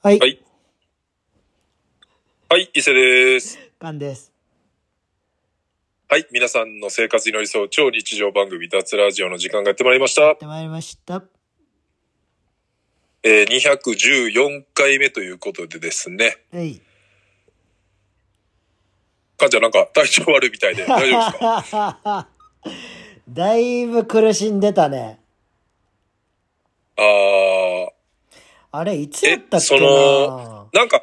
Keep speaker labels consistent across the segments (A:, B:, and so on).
A: はい
B: は。いはい、伊勢です。
A: ガンです。
B: はい、皆さんの生活に寄り添う超日常番組、脱ラジオの時間がやってまいりました
A: やっ。てまいりました。
B: えー、214回目ということでですね。
A: えい。
B: かんちゃんなんか体調悪いみた いで大丈夫ですか
A: だいぶ苦しんでたね。
B: あー、
A: あれ、いつやっ
B: え
A: た、っ
B: そ
A: け
B: の
A: な、
B: なんか、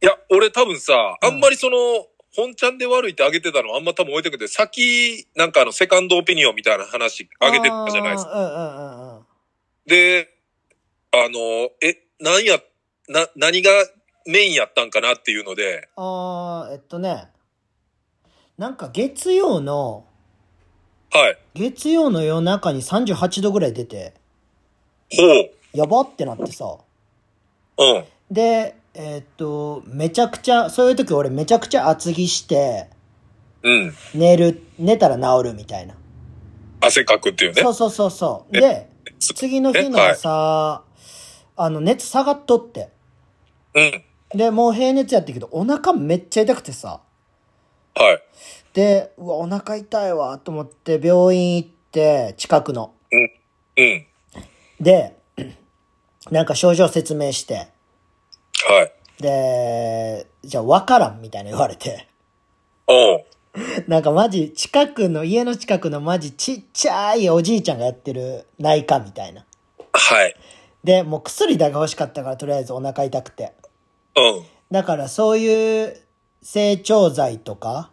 B: いや、俺多分さ、
A: う
B: あ
A: ん
B: んまりその、本ちゃんで悪いってあげてたのあんま多分置いてくて、先、なんかあの、セカンドオピニオンみたいな話あげてたじゃないですか。
A: か。うんうんうんうん。
B: で、あの、え、なんや、な、何がメインやったんかなっていうので、
A: あー、えっとね。なんか月曜の、
B: はい。
A: 月曜の夜中に38度ぐらい出て、
B: ほ
A: やばってなってさ。
B: う。うん。
A: で、えっと、めちゃくちゃ、そういう時俺めちゃくちゃ厚着して、
B: うん。
A: 寝る、寝たら治るみたいな。
B: 汗かくっていうね
A: そ。うそうそうそう。
B: え
A: で、
B: つ
A: 次の日の朝、あの、熱下がっとって。
B: うん。
A: で、もう平熱やってんけど、お腹めっちゃ痛くてさ。
B: はい。
A: で、うわ、お腹痛いわ、と思って病院行って、近くの。
B: うん。
A: で、 なんか症状説明して。
B: はい。
A: で、じゃあ分からんみたいな言われて。
B: おう。
A: なんかマジ、近くの、家の近くのマジちっちゃいおじいちゃんがやってる内科みたいな。
B: はい。
A: で、もう薬だけ欲しかったから、とりあえずお腹痛くて。
B: うん。
A: だからそういう成長剤とか、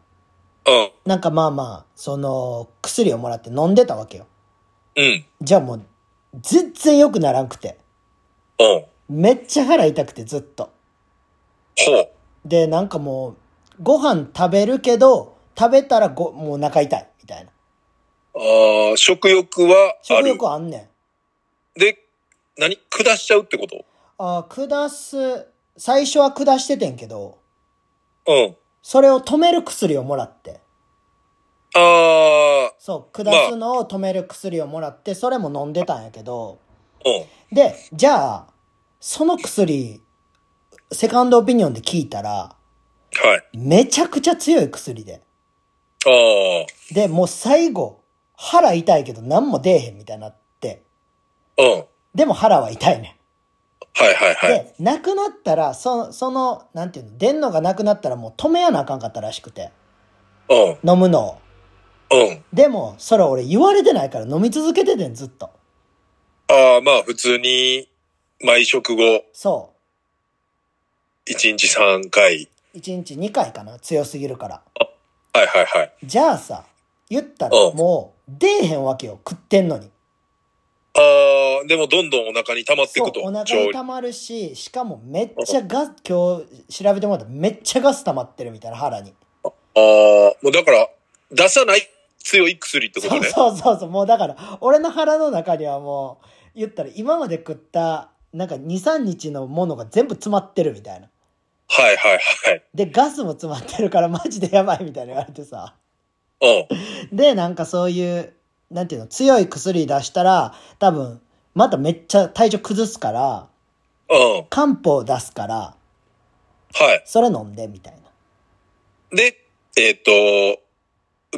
B: うん。
A: なんかまあまあ、その薬をもらって飲んでたわけよ。
B: うん。
A: じゃあもう、全然良くならんくて。
B: うん。
A: めっちゃ腹痛くてずっと。
B: ほう。
A: で、なんかもう、ご飯食べるけど、食べたらご、もうお腹痛い、みたいな。
B: あー食欲はあ
A: 食
B: る
A: 欲。あんねん。
B: で、何下しちゃうってこと
A: あー下す、最初は下しててんけど、
B: うん。
A: それを止める薬をもらって。
B: あ
A: そう、下すのを止める薬をもらって、それも飲んでたんやけど、
B: ーうん。
A: で、じゃあ、その薬、セカンドオピニオンで聞いたら、
B: はい。
A: めちゃくちゃ強い薬で。
B: あー
A: で、もう最後、腹痛いけど何も出えへんみたいになって。
B: うん。
A: でも腹は痛いね
B: はいはい
A: ん。
B: はい。
A: で、なくなったら、そその、なんていうの、出んのがなくなったらもう止めやなあかんかったらしくて。
B: うん。
A: 飲むのを。
B: うん。
A: でも、それ俺言われてないから飲み続けててん、ずっと。
B: ああ、まあ普通に、毎食後、
A: そ
B: 1日3回。
A: う。1日2回かな、強すぎるから。
B: はいはいはい。
A: じゃあさ、言ったら
B: うん
A: もう出えへんわけよ、食ってんのに。
B: ああ、でもどんどんお腹に溜まってい
A: そう
B: くと。
A: お腹
B: 調
A: に
B: 理
A: 溜まるししかもめっちゃガス今日調べてもらったらめっちゃガス溜まってるみたいな腹に
B: ああ、もうだから、出さない強い薬ってこ
A: そ
B: と
A: う
B: ね。
A: そうそうそうもうだから俺の腹の中にはもう言ったら今まで食ったなんか23日のものが全部詰まってるみたいな
B: はいはいはい。
A: でガスも詰まってるからマジでやばいみたいな言われてさ
B: うん。
A: でなんかそういうなんていうの強い薬出したら多分まためっちゃ体調崩すから
B: うん。
A: 漢方出すから
B: は。
A: それ飲んでみたいない
B: で、えっ、と、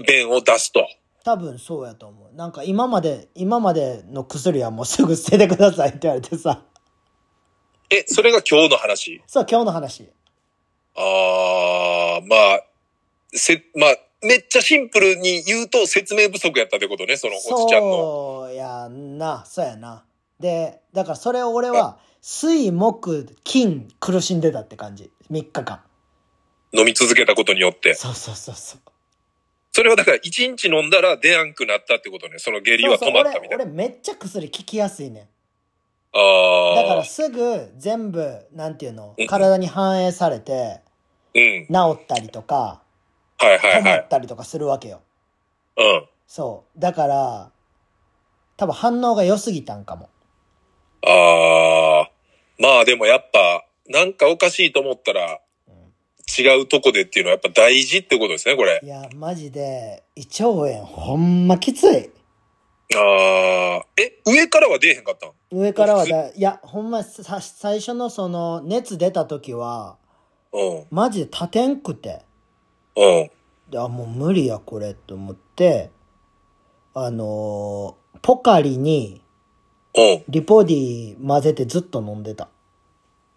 B: 便を出すと。
A: 多分そうやと思うなんか今まで今までの薬はもうすぐ捨ててくださいって言われてさ
B: え、それが今日の話
A: そう今日の話
B: ああ、まあ、せ、まあ、めっちゃシンプルに言うと説明不足やったってことね、そのおっちゃんの。
A: そうやんなそうやなでだからそれを俺は水木金苦しんでたって感じ3日間
B: 飲み続けたことによって。
A: そうそうそうそう
B: それはだから一日飲んだら出やんくなったってことね。その下痢
A: そう
B: は
A: そう
B: 止まったみ
A: 俺
B: たいな。
A: 俺めっちゃ薬効きやすいねんだから
B: ああ。
A: すぐ全部なんていうの
B: うん
A: 体に反映されて
B: うん。
A: 治ったりとか
B: はいは
A: 止
B: いは
A: ま
B: い
A: っ。たりとかするわけよ
B: うん。
A: そう。だから、多分反応が良すぎたんかも。
B: ああ。まあでもやっぱ、なんかおかしいと思ったら、違うとこでっていうのはやっぱ大事ってことですね、これ。
A: いや、マジで、胃腸炎ほんまきつい。
B: ああ、え、上からは出えへんかったん
A: 上からはだ、いや、ほんまさ、最初のその、熱出た時は、
B: うん、
A: マジで立てんくて。
B: うん、
A: であ、もう無理や、これ、と思って、あのーポカリに、
B: うん。
A: リポディ混ぜてずっと飲んでた。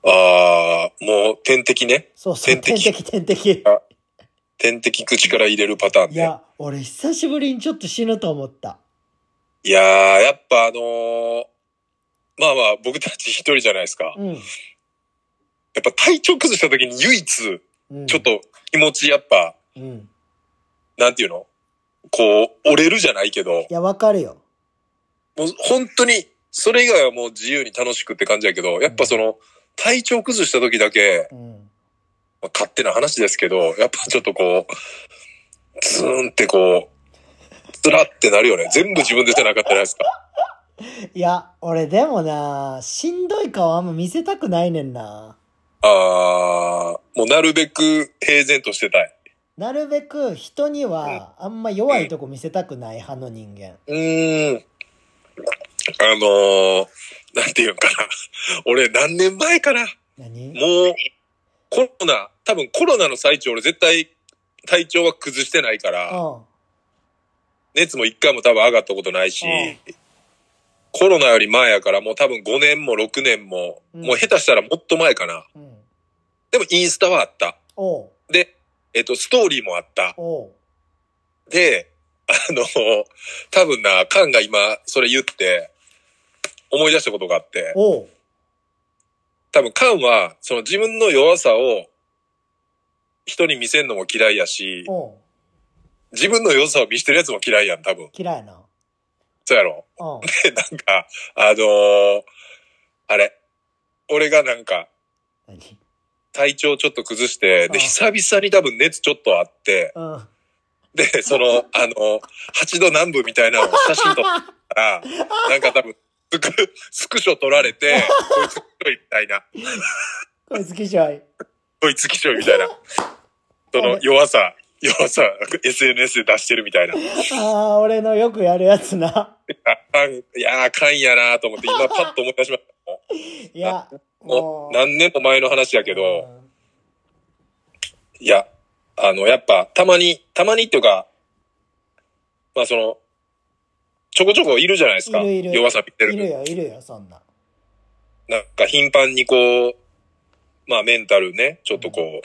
B: ああ、もう点滴ね。
A: そうそう、点
B: 点滴
A: 滴、点滴。
B: 点滴口から入れるパターン
A: い
B: ね。
A: や、俺久しぶりにちょっと死ぬと思った。
B: いやー、やっぱあのーまあまあ僕たち一人じゃないですか。や
A: うん。
B: っぱ体調崩した時に唯一、
A: うん、
B: ちょっ。と気持ちやっぱ、
A: うん。
B: なんていうのこう、折れるじゃないけど、
A: いや、わかるよ。
B: もう本当に、それ以外はもう自由に楽しくって感じやけど、やっぱその、体調崩した時だけ、
A: うん。
B: まあ勝手な話ですけど、やっぱちょっとこう、ズーンってこう、つらってなるよね。全部自分でじゃなかったじゃないですか。
A: いや、俺でもな、しんどい顔あんま見せたくないねんな。
B: あー、もうなるべく平然としてたい。
A: なるべく人にはあんま弱いとこ見せたくない派の人間。
B: うーん。あのー、なんていうんかな。 俺何年前かな。
A: 何
B: もう、コロナ、多分コロナの最中俺絶対体調は崩してないから、熱も一回も多分上がったことないし
A: うん、
B: コロナより前やからもう多分5年も6年も、
A: うん
B: もう下手したらもっと前かな。
A: うん。うん。
B: でもインスタはあった。
A: おう。
B: で、えっと、ストーリーもあった。
A: おう。
B: で、あの、多分な、カンが今それ言って、思い出したことがあって、
A: おう。
B: 多分カンは、その自分の弱さを、人に見せんのも嫌いやし、
A: おう。
B: 自分の良さを見せてるやつも嫌いやん、多分。
A: 嫌いな。
B: そうやろ。
A: うん。
B: で、なんか、あのーあれ、俺がなんか、
A: 何
B: 体調ちょっと崩して、で、
A: あ
B: 久々に多分熱ちょっとあって、
A: うん。
B: で、その、あの、8度南部みたいなのを写真撮ったら、なんか多分、スク、スクショ撮られて、こいつきしょいみたいな、
A: こいつきしょい。
B: こいつきしょいみたいな、その弱さ、弱さ、SNS で出してるみたいな。
A: ああ、俺のよくやるやつな。
B: あかん、いやー、あかんやなーと思って、今パッと思い出しました。も
A: いや、
B: うも
A: も
B: う
A: う。
B: 何年も前の話やけど、
A: うん
B: いや、あの、やっぱ、たまに、たまにっていうか、まあその、ちょこちょこいるじゃないですか。
A: いるいる
B: 弱さ見てる。
A: いるよ、いるよ、そんな。
B: なんか頻繁にこう、まあメンタルね、ちょっとこ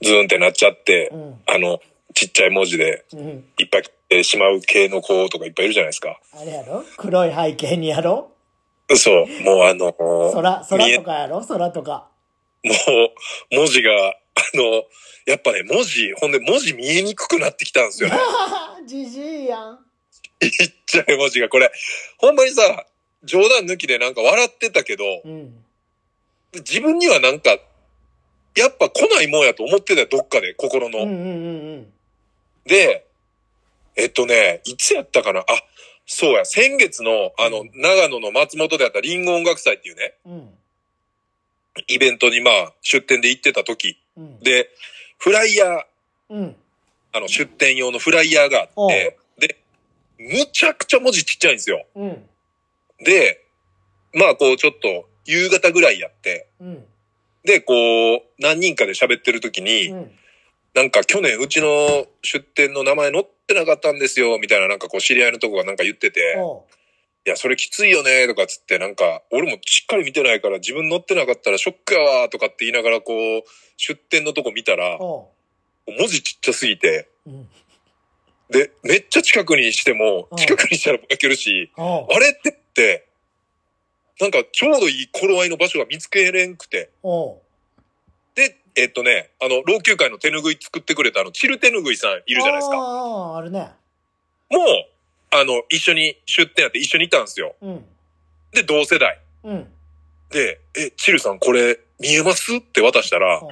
B: う、ズーンってなっちゃって
A: う、ん。
B: あの、ちっちゃい文字で
A: うん。
B: いっぱい来てしまう系の子とかいっぱいいるじゃないですか。
A: あれやろ黒い背景にやろ
B: そう、もうあの、
A: 空、
B: 見
A: 空
B: え
A: とかやろ空とか。
B: もう、文字が、あの、やっぱね、文字、ほんで文字見えにくくなってきたんですよね。
A: じじいやん。
B: ちっちゃい文字が、これ、ほんまにさ、冗談抜きでなんか笑ってたけど、
A: うん。
B: 自分にはなんか、やっぱ来ないもんやと思ってたよ、どっかで、心の。
A: うんうんうんうん。
B: で、えっとね、いつやったかなあ、そうや、先月の、あの、長野の松本であったリンゴ音楽祭っていうね、
A: うん。
B: イベントにまあ、出店で行ってた時、
A: うん。
B: で、フライヤー、
A: うん。
B: あの、出店用のフライヤーがあって、で、むちゃくちゃ文字ちっちゃいんですよ。
A: うん。
B: で、まあ、こう、ちょっと、夕方ぐらいやって、
A: うん。
B: で、こう、何人かで喋ってる時に、
A: うん。
B: なんか去年うちの出店の名前載ってなかったんですよ、みたいななんかこう知り合いのとこがなんか言ってて、
A: おう。
B: いや、それきついよね、とかっつって、なんか、俺もしっかり見てないから、自分乗ってなかったらショックやわ、とかって言いながら、こう、出店のとこ見たら、
A: お
B: 文字ちっちゃすぎて、
A: う。うん。
B: で、めっちゃ近くにしても
A: う、ん
B: 近くにしたらぼやけるし、
A: おう
B: あ。れってって、なんかちょうどいい頃合いの場所が見つけれんくて、
A: おう。
B: で、えっとね、あの、老朽会の手ぬぐい作ってくれたあの、チル手ぬぐいさんいるじゃないですか。もう、
A: ああ、あるね。
B: あの、一緒に出店やって一緒にいたんですよ。
A: うん。
B: で、同世代。
A: うん。
B: で、え、チルさんこれ見えますって渡したら
A: お、う。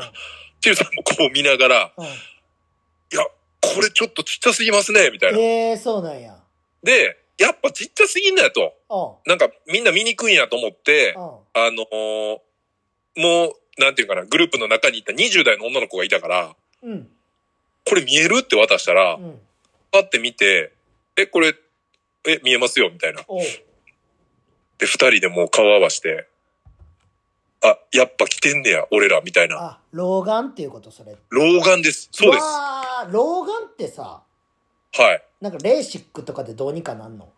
B: チルさんもこう見ながら、
A: おう
B: これちょっとちっちゃすぎますね、みたいな。
A: ええ、そうなんや。
B: で、やっぱちっちゃすぎんだよと。
A: おう。
B: なんかみんな見にくいんやと思って、
A: おう。
B: あのーもう、なんていうかな、グループの中にいた20代の女の子がいたから、
A: うん。
B: これ見えるって渡したら
A: う、ん。
B: パって見て、え、これ、え、見えますよ、みたいな。
A: おう
B: で、二人でもう顔合わして、あ、やっぱ来てんねや、俺ら、みたいな。
A: あ、老眼っていうこと、それ。
B: 老眼です。そうです。は
A: わー老眼ってさ、
B: い。
A: なんかレーシックとかでどうにかなんの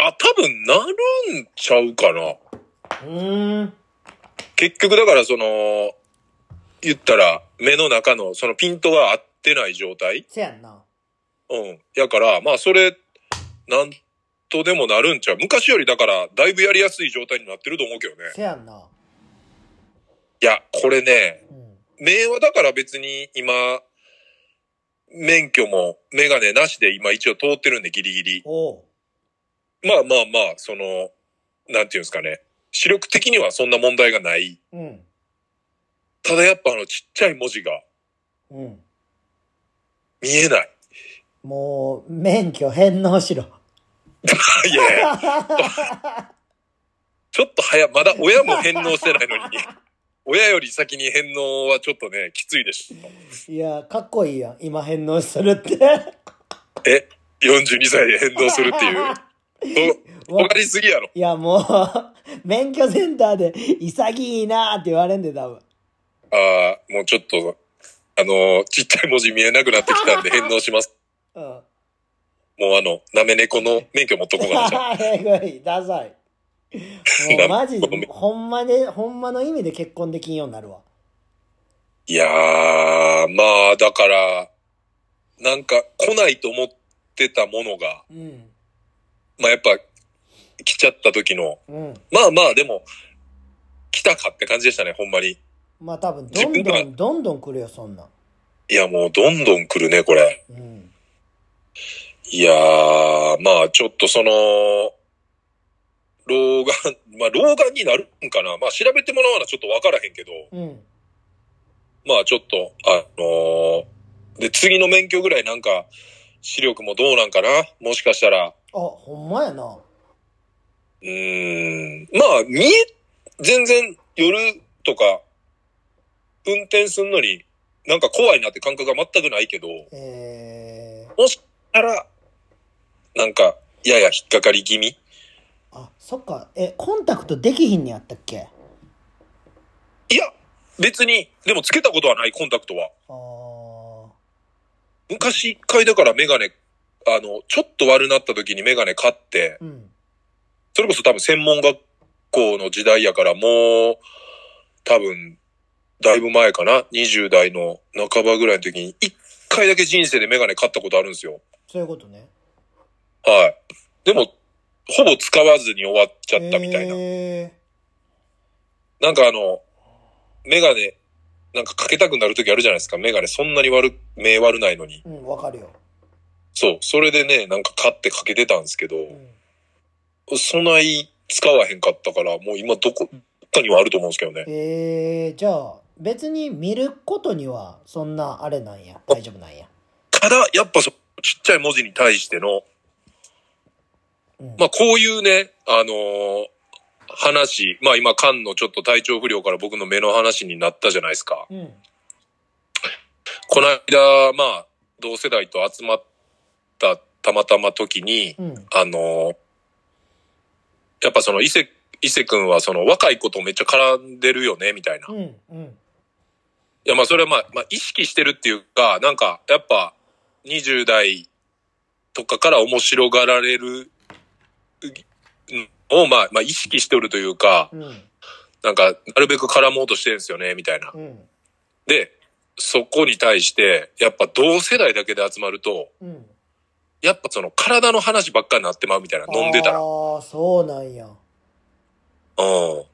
B: あ、多分なるんちゃうかな。
A: うーん。
B: 結局だからその、言ったら目の中のそのピントが合ってない状態。
A: せやんな。
B: うん。やから、まあそれ、なんとでもなるんちゃう。昔よりだから、だいぶやりやすい状態になってると思うけどね。
A: せやんな。
B: いや、これね、
A: うん。
B: 目はだから別に今、免許もメガネなしで今一応通ってるんでギリギリ。
A: おう。
B: まあまあまあ、その、なんていうんですかね。視力的にはそんな問題がない。
A: うん。
B: ただやっぱあのちっちゃい文字が
A: うん。
B: 見えない。
A: もう、免許返納しろ。
B: いやいやちょっと早い、まだ親も返納してないのに、親より先に返納はちょっとね、きついでしょ。
A: いや、かっこいいやん。今返納するって。
B: え、42歳で返納するって いう。お、おかりすぎやろ。
A: いや、もう、免許センターで潔いなーって言われんで、多分。
B: ああ、もうちょっと、あのーちっちゃい文字見えなくなってきたんで返納します。
A: うん。
B: もうあの、なめ猫の免許持っとこうか なじゃあ。
A: えぐい、ダサい。もうマジで、ほんまで、ほんまの意味で結婚できんようになるわ。
B: いやー、まあ、だから、なんか来ないと思ってたものが、
A: うん。
B: まあやっぱ、来ちゃった時の、
A: うん。
B: まあまあ、でも、来たかって感じでしたね、ほんまに。
A: まあ多分、どん
B: 自
A: ど
B: 分
A: ん、どんどん来るよ、そんなん。
B: いや、もうどんどん来るね、これ。
A: うん。
B: いやー、まあちょっとその、老眼、まあ老眼になるんかな。まあ調べてもらわなちょっとわからへんけど、
A: うん。
B: まあちょっと、あのーで、次の免許ぐらいなんか、視力もどうなんかなもしかしたら。
A: あ、ほんまやな。
B: うーん、まあ見え、全然夜とか、運転すんのに、なんか怖いなって感覚が全くないけど、
A: えー、
B: もしかしたら、なんか、やや引っかかり気味
A: あ、そっか。え、コンタクトできひんにやったっけ
B: いや、別に、でもつけたことはない、コンタクトは。
A: あー。
B: 昔一回だからメガネ、あの、ちょっと悪なった時にメガネ買って、
A: うん。
B: それこそ多分専門学校の時代やからもう、多分、だいぶ前かな ?20 代の半ばぐらいの時に、一回だけ人生でメガネ買ったことあるんですよ。
A: そういうことね。
B: はい。でも、ほぼ使わずに終わっちゃったみたいな。
A: え
B: なんかあの、メガネ、なんかかけたくなる時あるじゃないですか。メガネそんなに悪、目悪ないのに。
A: ー、うん、わかるよ。
B: そう。それでね、なんか買ってかけてたんですけど、
A: うん。
B: そない使わへんかったから、もう今どこどっかにはあると思うんですけどね。
A: えー、じゃあ、別に見ることには、そんなあれなんや。大丈夫なんや。
B: ただ、やっぱそ、ちっちゃい文字に対しての、
A: うん。
B: まあこういうね、あのー話、まあ今、菅のちょっと体調不良から僕の目の話になったじゃないですか。
A: うん。
B: この間、まあ、同世代と集まったたまたま時に、
A: うん。
B: あの、やっぱその伊勢、伊勢くんはその若い子とめっちゃ絡んでるよね、みたいな。
A: う
B: い
A: ん。うん。
B: や、まあそれはまあ、まあ意識してるっていうか、なんかやっぱ20代とかから面白がられるのをまあ、まあ意識しておるというか、
A: うん。
B: なんかなるべく絡もうとしてるんですよね、みたいな。
A: うん。
B: で、そこに対して、やっぱ同世代だけで集まると、
A: うん。
B: やっぱその体の話ばっかりになってまうみたいな、飲んでたら
A: あ。あ、そうなんや。
B: うん。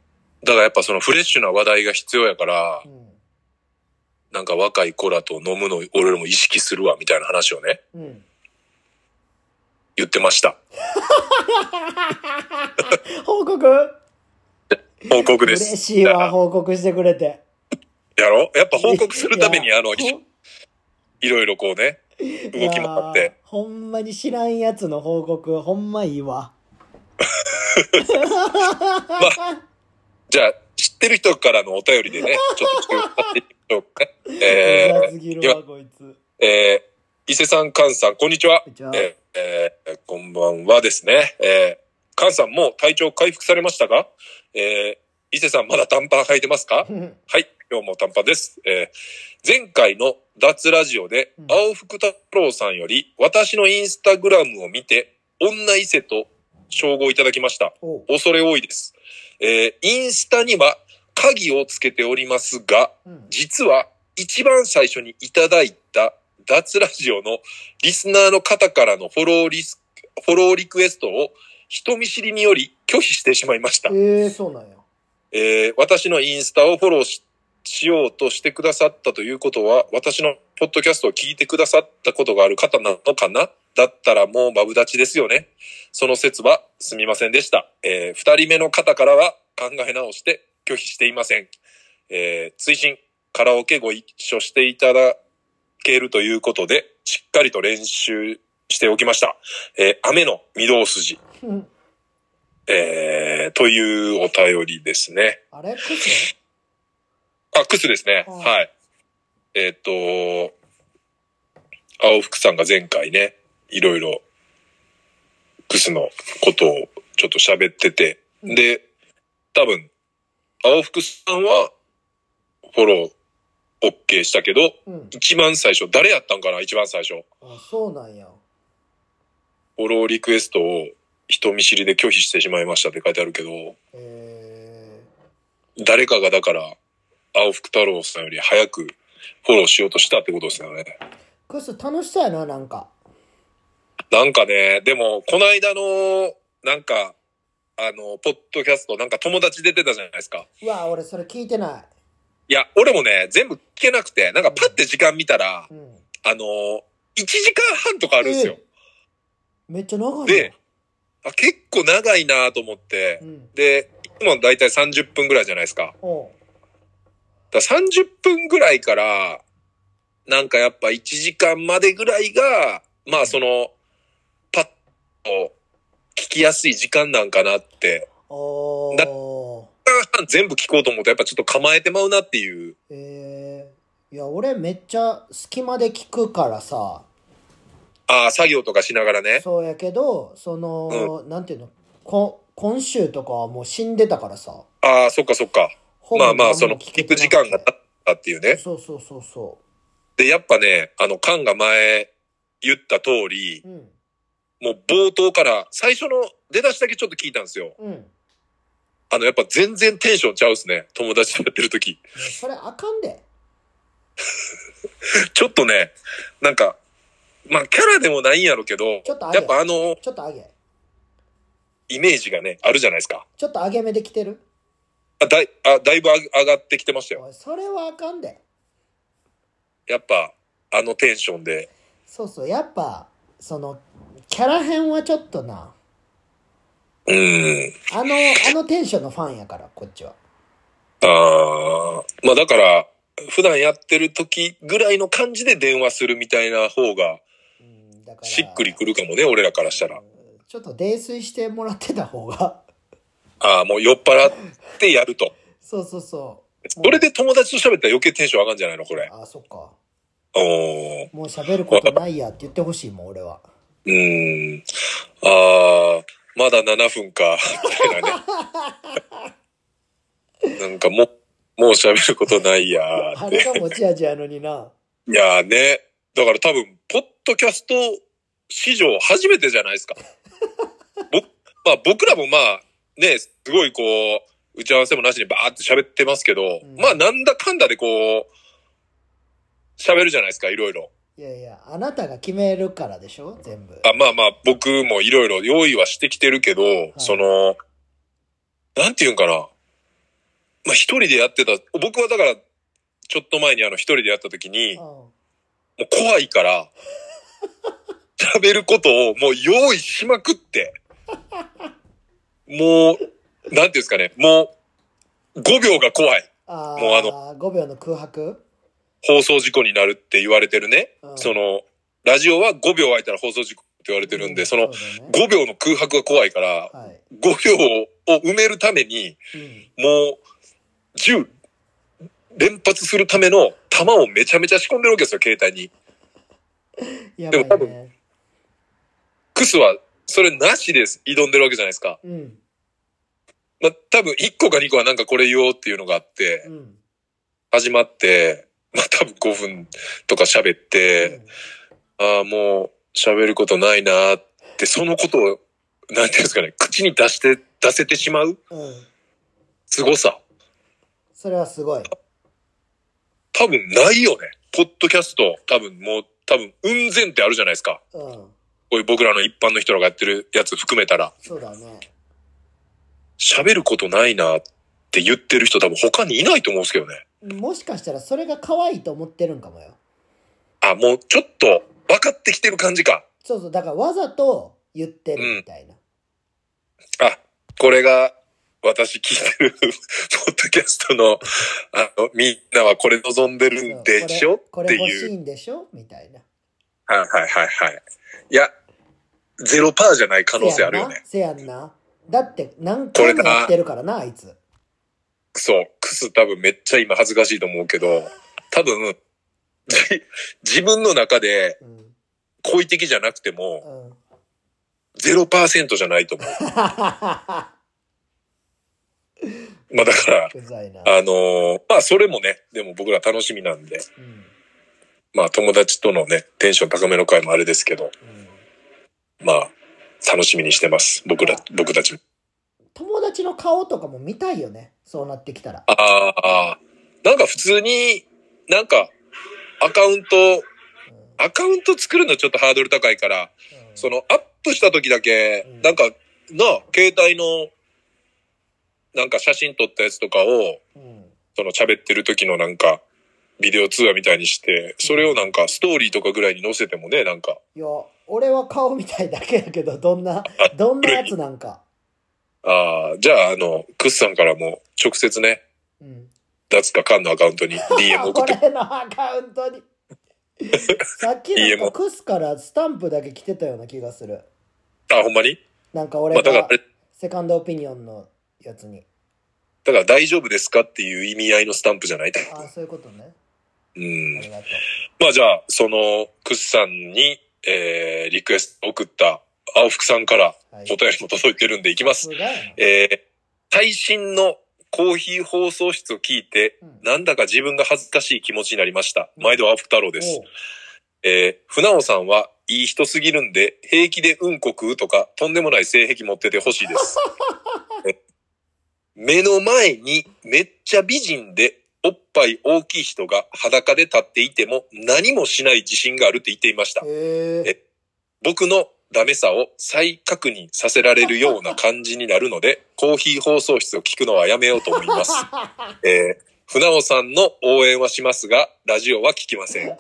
B: だからやっぱそのフレッシュな話題が必要やから
A: う、ん。
B: なんか若い子らと飲むの俺らも意識するわみたいな話をね、
A: うん。
B: 言ってました。
A: 報告
B: 報告です。
A: 嬉しいわ、報告してくれて。
B: やろやっぱ報告するためにあの、
A: いや
B: いいろいろこうね、動きも
A: いやー
B: あって。
A: ほんまに知らんやつの報告、ほんまいい わ。
B: じゃあ、知ってる人からのお便 りでね、ちょっと作っていきましょうかね。
A: う
B: え
A: ざすぎるわ、こいつ。
B: ー、え伊勢さん、菅さん、こんにちは。
A: こんにちは。
B: えーえーこんばんはですね。えー、菅さんもう体調回復されましたが、えー、伊勢さんまだ短パン履いてますかはい、今日も短パンです。えー、前回の脱ラジオで
A: うん、
B: 青福太郎さんより、私のインスタグラムを見て、女伊勢と称号いただきました。
A: おう
B: 恐れ多いです。えー、インスタには鍵をつけておりますが、
A: うん
B: 実は一番最初にいただいた脱ラジオのリスナーの方からのフォローリスフォローリクエストを人見知りにより拒否してしまいました。
A: ええそうなんや。
B: えー私のインスタをフォローししようとしてくださったということは、私のポッドキャストを聞いてくださったことがある方なのかなだったらもうマブダチですよね。その説はすみませんでした。えー二人目の方からは考え直して拒否していません。えー追伸、カラオケご一緒していただけるということで、しっかりと練習しておきました。えー雨の御堂筋、
A: うん
B: えーというお便りですね。
A: あれクス
B: あ、クスですね。
A: うん
B: はい。えーっ、と、青福さんが前回ね、いろいろ、クスのことをちょっと喋ってて、
A: うん
B: で、多分、青福さんは、フォロー、OK したけど、
A: うん。
B: 一番最初、誰やったんかな一番最初。
A: あ、そうなんや。
B: フォローリクエストを人見知りで拒否してしまいましたって書いてあるけど、
A: え
B: 誰かがだから、青福太郎さんより早くフォローしようとしたってことですよね。
A: えクス楽しそうやな、なんか。
B: なんかね、でも、この間の、なんか、あの、ポッドキャスト、なんか友達出てたじゃないですか。
A: うわ、俺それ聞いてない
B: や、俺もね、全部聞けなくて、なんかパッて時間見たら
A: い。う、ん。
B: あの、1時間半とかあるんです
A: え
B: よ。
A: えめっちゃ長いな。
B: であ、結構長いなと思って
A: う、ん。
B: で、いつもだいたい30分ぐらいじゃないですか。
A: おう
B: だから30分ぐらいから、なんかやっぱ1時間までぐらいが、まあその、パッと聞きやすい時間なんかなって
A: お
B: だ
A: ー。
B: 全部聞こうと思うとやっぱちょっと構えてまうなっていう。
A: ええいや、俺めっちゃ隙間で聞くからさ。
B: ああ、作業とかしながらね。
A: そうやけど、その、なんていうの、こ今週とかはもう死んでたからさ。
B: ああ、そっかそっか。
A: ほぼ
B: まあま
A: 何
B: あ、
A: も
B: その聞く時間が経ったっていうね。
A: そうそうそうそ
B: で、やっぱね、あの、カンが前言った通り
A: う。、うん。
B: もう冒頭から最初の出だしだけちょっと聞いたんですよ。
A: うん。ね
B: あの、やっぱ全然テンションちゃうっすね。友達とやってる時。
A: それあかんで。
B: ちょっとね、なんか、まあキャラでもないんやろうけど
A: ちょっとあ、れ
B: やっぱあの、
A: ちょっと上げ。
B: イメージがね、あるじゃないですか。
A: ちょっと上げ目できてる
B: あだいあだいぶあ上がってきてましたよ。
A: おい、それはあかんで。
B: やっぱ、あのテンションで。
A: そうそう、やっぱ、その、キャラ編はちょっとな、
B: うん。
A: あ の、あのテンションのファンやから、こっちは。
B: ああ、まあだから、普段やってる時ぐらいの感じで電話するみたいな方が
A: うん、だから。
B: しっくりくるかもね、俺らからしたら
A: うん。。ちょっと泥酔してもらってた方が。
B: ああ、もう酔っ払ってやると。
A: そうそうそ
B: それで友達と喋ったら余計テンション上がるんじゃないのこ
A: う。
B: れ。
A: あそっか。
B: おー
A: もう喋ることないやって言ってほしいもん、俺は。
B: うーん。ああ、まだ7分か、みたいなね。なんかもう、もう喋ることないやー
A: あ
B: っ
A: れ
B: て。
A: が持ち味やのにな。
B: いやーね。だから多分、ポッドキャスト史上初めてじゃないで すか。ぼまあ僕らもまあ、ね、すごいこう、打ち合わせもなしにバーって喋ってますけど、
A: うん
B: まあなんだかんだでこう、喋るじゃないですか、いろいろ。
A: いやいや、あなたが決めるからでしょ全部。
B: あまあまあ、僕もいろいろ用意はしてきてるけど、その、なんていうんかな。まあ一人でやってた、僕はだから、ちょっと前にあの一人でやった時
A: う
B: に、
A: ん
B: もう怖いから、 喋ることをもう用意しまくって、もう、なんていうんですかね、もう、5秒が怖い。
A: あ
B: もうあ
A: の5秒の空白
B: 放送事故になるって言われてるね。
A: うん
B: その、ラジオは5秒空いたら放送事故って言われてるんで、その、
A: そうだよね
B: 5秒の空白が怖いから、
A: はい、
B: 5秒を埋めるために、
A: うん
B: もう、10、連発するための弾をめちゃめちゃ仕込んでるわけですよ、携帯に。
A: や
B: でも多
A: ばい
B: 分
A: ね。
B: クスは、それなしです。挑んでるわけじゃないですか。
A: うん。
B: まあ、多分1個か2個はなんかこれ言おうっていうのがあって
A: う、ん。
B: 始まって、まあ、多分5分とか喋って、ああ、もう喋ることないなーって、そのことを、なんていうんですかね、口に出して、出せてしまう
A: うん。うん。
B: 凄さ。
A: それはすごい。
B: 多分ないよね。ポッドキャスト、多分もう、多分、雲仙ってあるじゃないですか。
A: うん。
B: こういう僕らの一般の人らがやってるやつ含めたら、
A: そうだね。
B: 喋ることないなって言ってる人多分他にいないと思うんですけどね。
A: もしかしたらそれが可愛いと思ってるんかもよ。
B: あ、もうちょっと分かってきてる感じか。
A: そうそう。だからわざと言ってるみたいな。
B: あ、これが私聞いてる ポッドキャストの、あの、みんなはこれ望んでるんでしょ
A: こ
B: っ
A: れ
B: て
A: これ欲
B: い
A: し
B: う。
A: いんでしょみたいな。
B: はいはいはいはい。いや、ゼロパーじゃない可能性あるよね。
A: せやんな。せやんな。だって何回もやってるからな、あいつ。
B: クソ、クス多分めっちゃ今恥ずかしいと思うけど、多分、じ自分の中で
A: うん。
B: 好意的じゃなくて
A: う
B: も、
A: ん。
B: 0%じゃないと思う。まあだから、
A: うざいな。
B: あのーまあそれもね、でも僕ら楽しみなんで、
A: うん。うん。
B: まあ友達とのね、テンション高めの回もあれですけど、まあ、楽しみにしてます。僕ら、僕たちも。
A: 友達の顔とかも見たいよね。そうなってきたら。
B: ああ、なんか普通に、なんか、アカウント、
A: うんうん
B: アカウント作るのちょっとハードル高いから、そのアップした時だけ
A: うん、
B: なんか、なあ、携帯の、なんか写真撮ったやつとかを、
A: うん。
B: その喋ってる時のなんか、ビデオ通話みたいにして、それをなんかストーリーとかぐらいに載せてもね、なんか、
A: いや、俺は顔みたいだけだけど、どんな、どんなやつなんか。
B: ああ、じゃああの、クスさんからも直接ね、
A: うん。
B: 脱かカンのアカウントに DM 送って、
A: 俺のアカウントに。さっきなんか
B: DM
A: クスからスタンプだけ来てたような気がする。
B: あ、ほんまに
A: なんか
B: ま
A: 俺
B: あだから
A: が
B: あれ、
A: セカンドオピニオンのやつに。
B: だから大丈夫ですかっていう意味合いのスタンプじゃない
A: ああ、そういうことね。
B: う
A: あ
B: ん
A: り。がと
B: まあじゃあ、その、クスさんに、えー、リクエスト送った青福さんから
A: う。はい。
B: お便りも届いてるんでいきます
A: す。ごいな。
B: えー最新のコーヒー放送室を聞いて、
A: うん
B: なんだか自分が恥ずかしい気持ちになりました。毎度青福太郎です
A: おう。
B: えー船尾さんはいい人すぎるんで、平気でうんこ食うとか、とんでもない性癖持っててほしいです。え目の前にめっちゃ美人で、おっぱい大きい人が裸で立っていても何もしない自信があるって言っていました。
A: へえ
B: え僕のダメさを再確認させられるような感じになるので、コーヒー放送室を聞くのはやめようと思います。えー船尾さんの応援はしますが、ラジオは聞きません。えー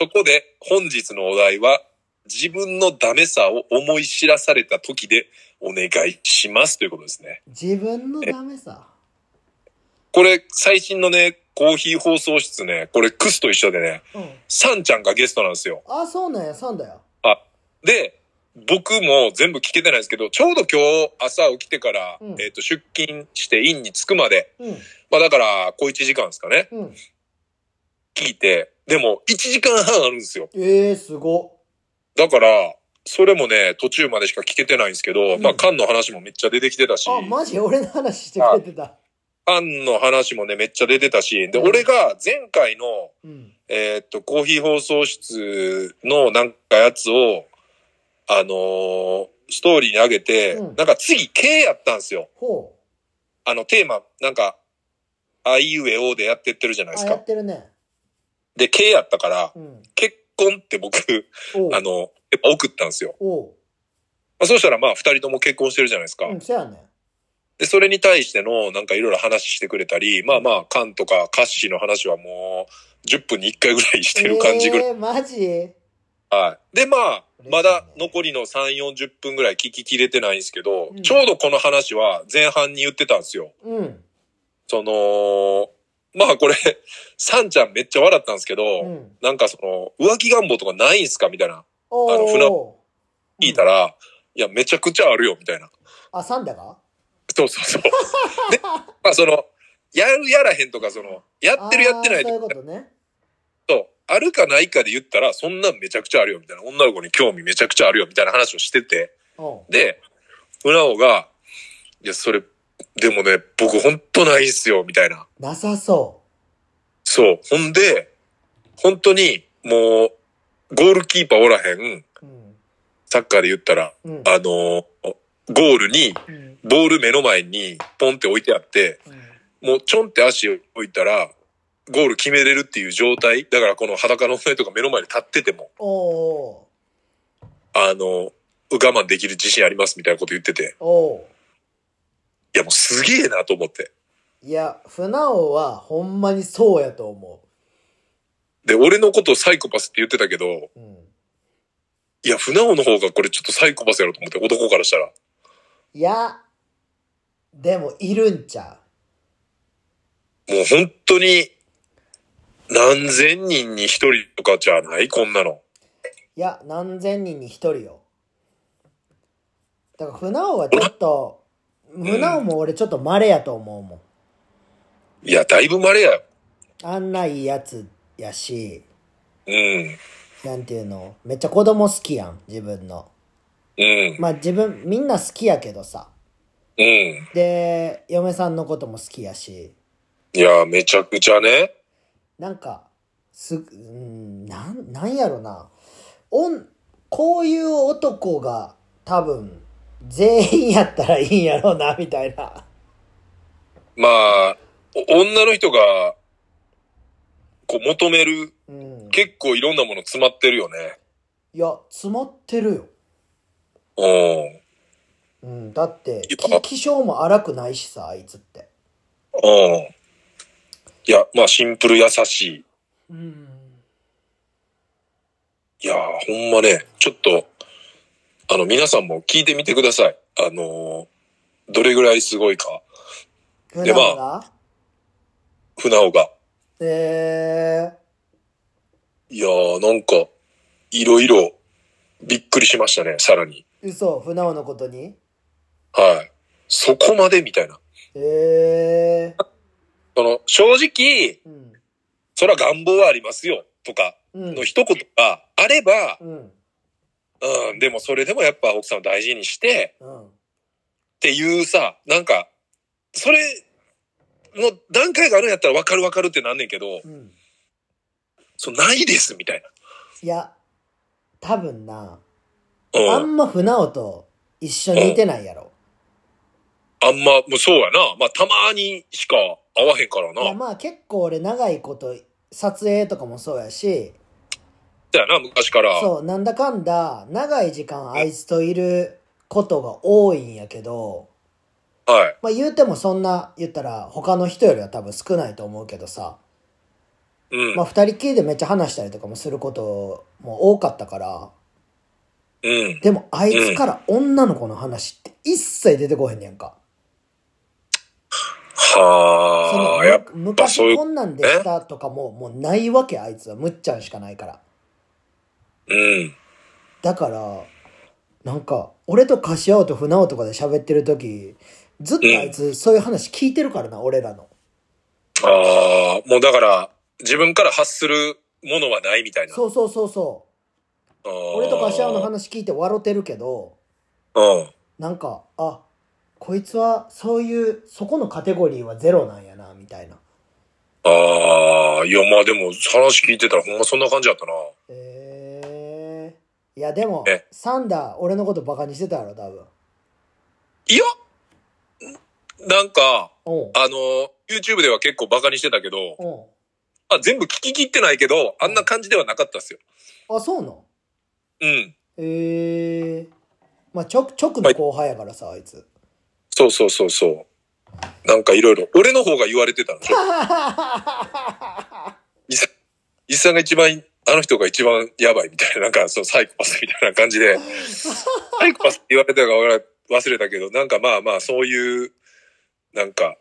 B: そこで本日のお題は、自分のダメさを思い知らされた時でお願いしますということですね。
A: 自分のダメさ。
B: これ、最新のね、コーヒー放送室ね、これクスと一緒でね、
A: うん。
B: サンちゃんがゲストなんですよ。
A: ああ、そうなんや、そうだよ。
B: で、僕も全部聞けてないんですけど、ちょうど今日朝起きてから、
A: うん
B: えっ、と、出勤して院に着くまで、
A: うん。
B: まあだから、小1時間ですかね、
A: うん。
B: 聞いて、でも1時間半あるんですよ。
A: ええー、すご。
B: だから、それもね、途中までしか聞けてないんですけど、
A: うん
B: まあ、カンの話もめっちゃ出てきてたし、
A: あ、マジ俺の話してくれてた。
B: カンの話もね、めっちゃ出てたし、で、
A: うん
B: 俺が前回の、
A: うん。
B: えーっと、コーヒー放送室のなんかやつを、あのーストーリーに上げて、
A: うん
B: なんか次、K やったんですよ。
A: ほ。
B: あの、テーマ、なんか、あいうえおでやってってるじゃないうで
A: あ、
B: す
A: や
B: か
A: っ。てるね。
B: で、K やったから、
A: うん。
B: 結婚って僕、
A: おう。
B: あの、やっぱ送ったんですよ。
A: おう。
B: まあ、そうしたらまあ、二人とも結婚してるじゃないですか。
A: うん、そうやね。
B: で、それに対しての、なんかいろいろ話してくれたり、まあまあ、カンとかカッシーの話はもう、10分に1回ぐらいしてる感じぐらい。
A: えー、マジ
B: はい。で、まあ、まだ
A: 嬉しいね
B: 残りの3、40分ぐらい聞ききれてないんですけど、
A: うん
B: ちょうどこの話は前半に言ってたんですよ。
A: うん。
B: その、まあこれ、サンちゃんめっちゃ笑ったんですけど、
A: うん。
B: なんかその、浮気願望とかないんすかみたいな。
A: お
B: あの船
A: お。
B: 聞いた。ら、いや、めちゃくちゃあるよ、みたいな。
A: あ、サンダが
B: そうそう そう。で、まあその、やるやらへんとか、その、やってるやってない
A: あーそういう
B: と
A: こ
B: か、
A: とね。
B: そうあるかないかで言ったら、そんなんめちゃくちゃあるよ、みたいな。女の子に興味めちゃくちゃあるよ、みたいな話をしてて。
A: おう
B: で、村尾が、いや、それ、でもね、僕ほんとないんすよ、みたいな。
A: なさそ
B: そう。ほんで、本当に、もう、ゴールキーパーおらへん、
A: う。うん。
B: サッカーで言ったら、
A: うん。
B: あのーゴールに、
A: うん。
B: ボール目の前に、ポンって置いてあって、もうちょんって足を置いたら、ゴール決めれるっていう状態。だからこの裸の女とか目の前に立ってても、
A: おお
B: あの、我慢できる自信ありますみたいなこと言ってて、
A: うおう
B: いやもうすげえなと思って。
A: いや、船尾はほんまにそうやと思
B: で、俺のことをサイコパスって言ってたけど、
A: う。うん。
B: いや、船尾の方がこれちょっとサイコパスやろと思って、男からしたら。
A: いや、でもいるんちゃ
B: もう本当に、何千人に一人とかじゃないこんなの。
A: う。いや、何千人に一人よ。だから船尾はちょっと、船尾も俺ちょっと稀やと思うもん。
B: いや、だいぶ稀やよ。
A: あんないいやつやし、
B: うん。
A: なんていうの、めっちゃ子供好きやん、自分の。
B: うん。
A: まあ自分、みんな好きやけどさ。
B: うん。
A: で、嫁さんのことも好きやし、
B: いや、めちゃくちゃね。
A: なんか、す、うん、なん、なんやろな。おん、こういう男が多分、全員やったらいいんやろうな、みたいな。
B: まあ、お女の人が、こう求める、
A: うん。い
B: 結構いろんなもの詰まってるよね。
A: や、詰まってるよ。
B: うん。
A: うん、だって、
B: いや
A: き気性も荒くないしさ、あいつって。
B: うん。いや、まあシンプル優し
A: うん。
B: い。いやー、ほんまね、ちょっと、あの、皆さんも聞いてみてください。あのーどれぐらいすごいか、
A: 船尾
B: ま
A: が
B: 船尾が。
A: えー、
B: いやー、なんか、いろいろ、びっくりしましたね、さらに。
A: 嘘、船尾のことに
B: はい。そこまでみたいな。
A: え
B: その、正直、
A: ー、うん。
B: そら願望はありますよ、とか、
A: うん
B: の。一言があれば、
A: うん。
B: うん、でもそれでもやっぱ奥さんを大事にして、
A: うん。
B: っていうさ、なんか、それの段階があるんやったら分かる分かるってなんねんけど、
A: うん。
B: そうないですみたい
A: いや、多分な、
B: な。うん。
A: あ
B: あん
A: んま船尾と一緒にいてないやろ。
B: ま、もうそうやな。まあ、たまにしか会わへんからな。
A: いや、
B: そ
A: まあ結構俺長いこと、撮影とかもそうやし、
B: うやな、昔から。
A: そう、なんだかんだ、長い時間あいつといることが多いんやけど、
B: はい。
A: まあ言うてもそんな、言ったら他の人よりは多分少ないと思うけどさ、
B: うん。
A: まあ二人きりでめっちゃ話したりとかもすることも多かったから、
B: うん。
A: でもあいつから女の子の話って一切出てこへんねやんか。そ
B: はあ、やっ
A: のむ昔
B: そういう
A: こんなんでしたとかももうないわけあいつはむっちゃんしかないから
B: うん。
A: だからなんか俺と柏尾と船尾とかで喋ってる時ずっとあいつそういう話聞いてるからな、俺らの
B: ああ、もうだから、自分から発するものはないみたいな。
A: そうそうそうそう
B: あー
A: 俺と柏尾の話聞いて笑ってるけど
B: うん。
A: なんかあこいつはそういうそこのカテゴリーはゼロなんやなみたいな
B: ああ、いや、まあでも、話聞いてたらほんまそんな感じやったな。
A: えー、いやでも
B: え
A: サンダー俺のことバカにしてたやろ多分
B: いや、なんか、
A: おう
B: あの、YouTube では結構バカにしてたけど、
A: おう
B: あ、全部聞き切ってないけど、あんな感じではなかったっすよ。
A: あそうなん
B: うん。
A: ええまあ、直、直の後輩やからさ、あいつ。
B: そうそうそうそう。なんかいろいろ、俺の方が言われてたの。伊佐伊佐さんが一番、あの人が一番やばいみたいな、なんかそうサイコパスみたいな感じで、サイコパスって言われてたか忘れたけど、なんかまあまあそういう、なんか、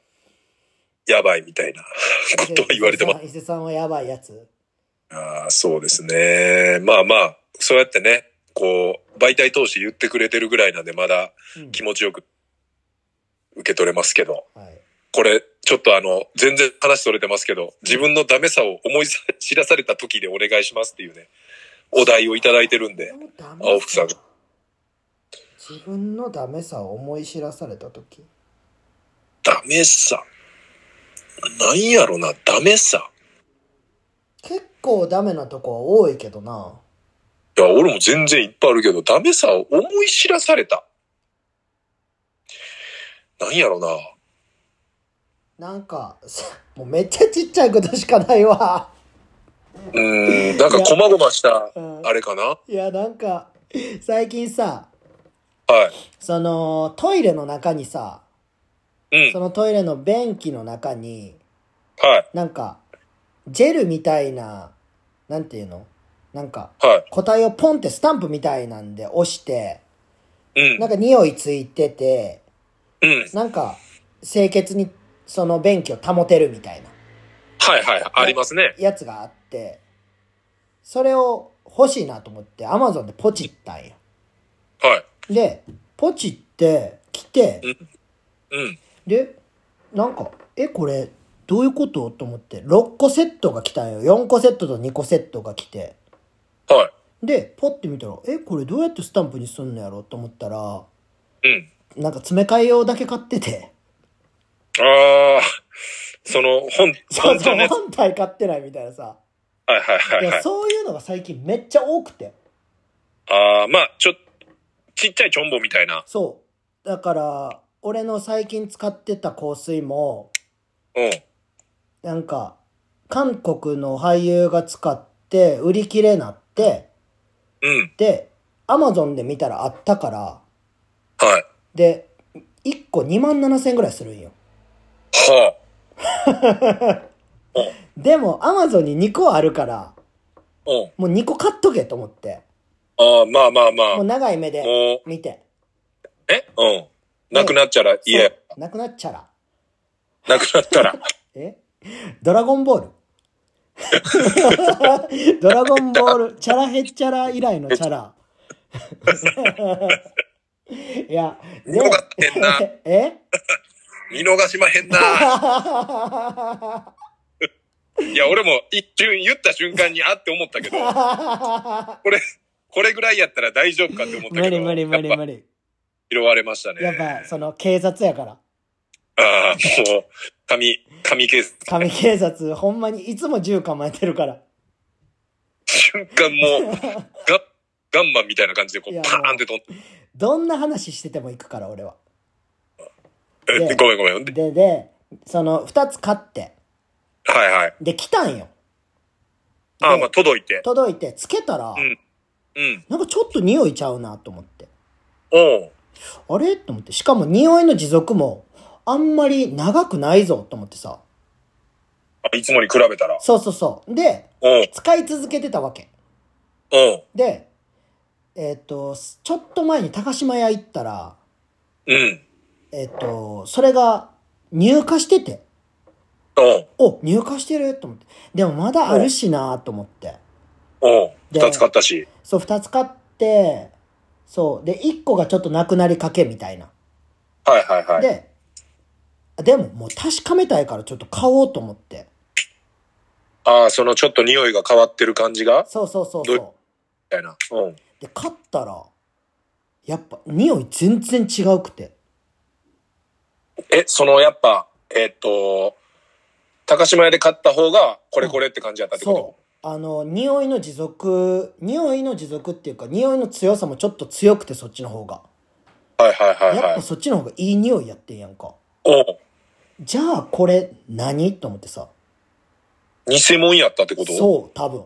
B: やばいみたいな ことを言われてます。
A: 伊勢さん伊勢さんはやばいやつ。
B: ああ、そうですね。まあまあ、そうやってね、こう、媒体通して言ってくれてるぐらいなんで、まだ
A: うん
B: 気持ちよく受け取れますけど、
A: はい。
B: これ、ちょっとあの、全然話それてますけど、自分のダメさを思い知らされた時でお願いしますっていうね、お題をいただいてるんで。
A: もうダメ
B: 青福さん
A: 自分のダメさを思い知らされた時
B: ダメさ。なんやろな、ダメさ。
A: 結構ダメなとこは多いけどない
B: や、俺も全然いっぱいあるけど、ダメさを思い知らされた。なんやろな。
A: なんか さもうめっちゃちっちゃいことしかないわ、
B: うーん、なんか細々した、
A: うん
B: あれかな。はい
A: やなんか最近さ
B: い。
A: そのトイレの中にさ
B: うん
A: そ。のトイレの便器の中に
B: はい。
A: なんかジェルみたいななんていうのなんか
B: は
A: 個体をポンってスタンプみたいなんで押して
B: い。うん
A: なん。か匂いついてて
B: うん。
A: なんか清潔にその便器を保てるみたいな
B: はいはい。ありますね。
A: やつがあってそれを欲しいなと思ってアマゾンでポチったんや
B: はい。
A: でポチって来て
B: うん。
A: でなんかえこれどういうことと思って6個セットが来たんよ4個セットと2個セットが来て
B: は
A: でポッて見たらえこれどうやってスタンプにすんのやろと思ったら
B: い。うん。
A: なんか詰め替え用だけ買ってて
B: ああ、その、本、
A: そう
B: 本
A: そ
B: 当
A: う
B: ね。
A: 本体買ってないみたいなさ
B: はいはいはいいは
A: や
B: い。
A: そういうのが最近めっちゃ多くて
B: ああ、まあ、ちょ、ちっちゃいチョンボみたいな。
A: そうだから俺の最近使ってた香水も
B: うん。
A: なんか韓国の俳優が使って売り切れなって
B: うん。
A: でアマゾンで見たらあったから
B: はい。
A: で1個2万7千ぐらいするんよ
B: は
A: でもアマゾンに2個あるから
B: あ。うん。
A: もう2個買っとけと思って
B: ああ、まあまあまあ。
A: もう
B: もう、
A: 長い目で見て
B: えうん。なくなっちゃら、い
A: そ
B: え、
A: うなくなっちゃら
B: なくなっ たら。
A: えドラゴンボ ールドラゴンボール、チャラヘッチャラ以来のチャ ラ。いや、
B: 見逃してんな。
A: え
B: 見逃しまへんな。 いや、俺も一瞬言った瞬間に、あって思っ たけど、これ、これぐらいやったら大丈夫かって思った
A: 無
B: けど、
A: 理無理無
B: や
A: 理
B: っぱ
A: 無理。
B: 拾われましたね。
A: やっぱ、その警察やから。
B: ああ、もう、紙、紙ケース。
A: 神警察、ほんまにいつも銃構えてるから。
B: 瞬間もう、ガガンマンみたいな感じで、こ
A: いや
B: う、パーンって飛ん
A: どんな話してても行くから、俺は。いや
B: で、ごめんごめん。で
A: で、で、その、二つ買って。
B: はいはい。
A: で、来たんよ。
B: ああ、
A: で
B: まあ、届いて。
A: 届いて、つけたら、
B: うんうん。
A: なんかちょっと匂いちゃうなと思って。
B: おう。
A: あれと思って。しかも匂いの持続もあんまり長くないぞと思ってさ。
B: あいつもに比べたら。
A: そうそうそう。で、
B: おう。
A: 使い続けてたわけ。
B: おう。
A: で、えっ、と、すちょっと前に高島屋行ったら、
B: うん。
A: えっ、と、それが入荷してて、
B: おう。
A: お、入荷してると思って。でもまだあるしなと思って。
B: おう。
A: で
B: 二つ買ったし。
A: そう、二つ買って、そう。で、一個がちょっとなくなりかけみたいな。
B: はいはいはい。
A: で、でももう確かめたいからちょっと買おうと思って。
B: ああ、そのちょっと匂いが変わってる感じがみ
A: そうそうそうそ
B: たいな。うん。
A: う。で、買ったら、やっぱ匂い全然違うくて。
B: え、そのやっぱ、えっと、高島屋で買った方が、これこれって感じやったってこ
A: そう。あの、匂いの持続、匂いの持続っていうか、匂いの強さもちょっと強くてそっちの方が。
B: とはいはいはい
A: やっ
B: は
A: ぱ
B: い。
A: そっちの方がいい匂いやってんやんか。
B: おう。
A: じゃあこれ何と思ってさ。
B: 偽物やったってこと
A: そう、多分。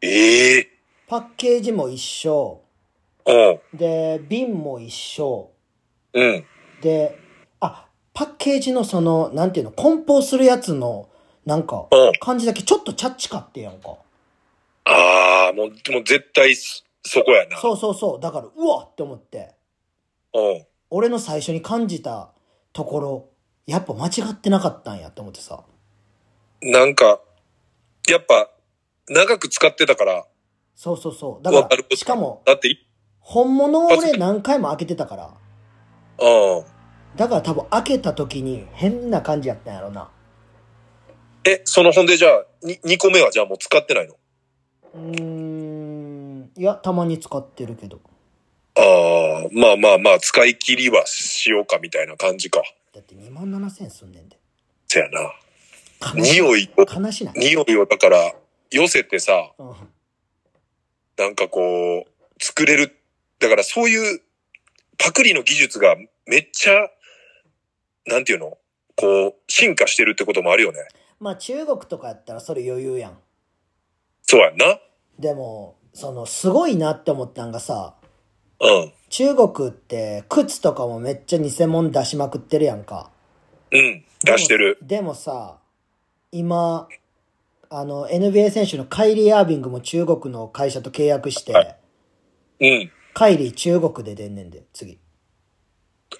B: ええ
A: パッケージも一緒。
B: おう。
A: で、瓶も一緒。
B: うん。
A: で、あ、パッケージのその、なんていうの、梱包するやつの、なんか、
B: おう。
A: 感じだけちょっとチャッチかってやんか。
B: ああ、もう、もう絶対そ、そこやな。
A: そうそうそう。だから、うわって思って、
B: うん。
A: 俺の最初に感じたところ、やっぱ間違ってなかったんやって思ってさ。
B: なんか、やっぱ、長く使ってたから、
A: そうそうそう。だか
B: わかるこ
A: ら、
B: と
A: しかも、
B: だってい、
A: 本物を俺何回も開けてたから、
B: うん。
A: だから多分開けた時に変な感じやったんやろな。
B: え、その、ほんでじゃあ、に、2個目はじゃあもう使ってないの
A: うーん、いや、たまに使ってるけど。
B: ああ、まあまあまあ、使い切りはしようかみたいな感じか。
A: だって2万7千すんねんで。
B: せやな。
A: 悲し
B: 匂いを、
A: 悲しない。
B: 匂いをだから、寄せてさ、
A: うん、あ
B: なんかこう、作れる。だからそういう、パクリの技術がめっちゃ、なんていうのこう、進化してるってこともあるよね。
A: まあ中国とかやったらそれ余裕やん。
B: そうやんな。
A: でも、その、すごいなって思ったんがさ、
B: うん。
A: 中国って靴とかもめっちゃ偽物出しまくってるやんか。
B: うん。出してる。
A: でもさ、今、あの、NBA 選手のカイリー・アービングも中国の会社と契約して、
B: はいうん。
A: カイリー中国で出んねんで、次。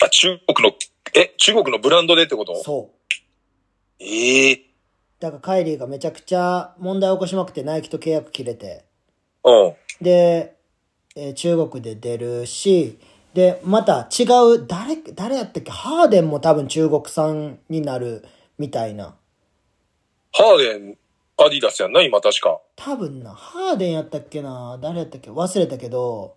B: あ、中国の、え、中国のブランドでってこと
A: そう。
B: ええ
A: だからカイリーがめちゃくちゃ問題を起こしまくってナイキと契約切れて、
B: うん。
A: で、えー中国で出るし、で、また違う、誰、誰やったっけハーデンも多分中国産になるみたいな。
B: ハーデン、アディダスやんな、今確か。
A: 多分な、ハーデンやったっけな誰やったっけ忘れたけど、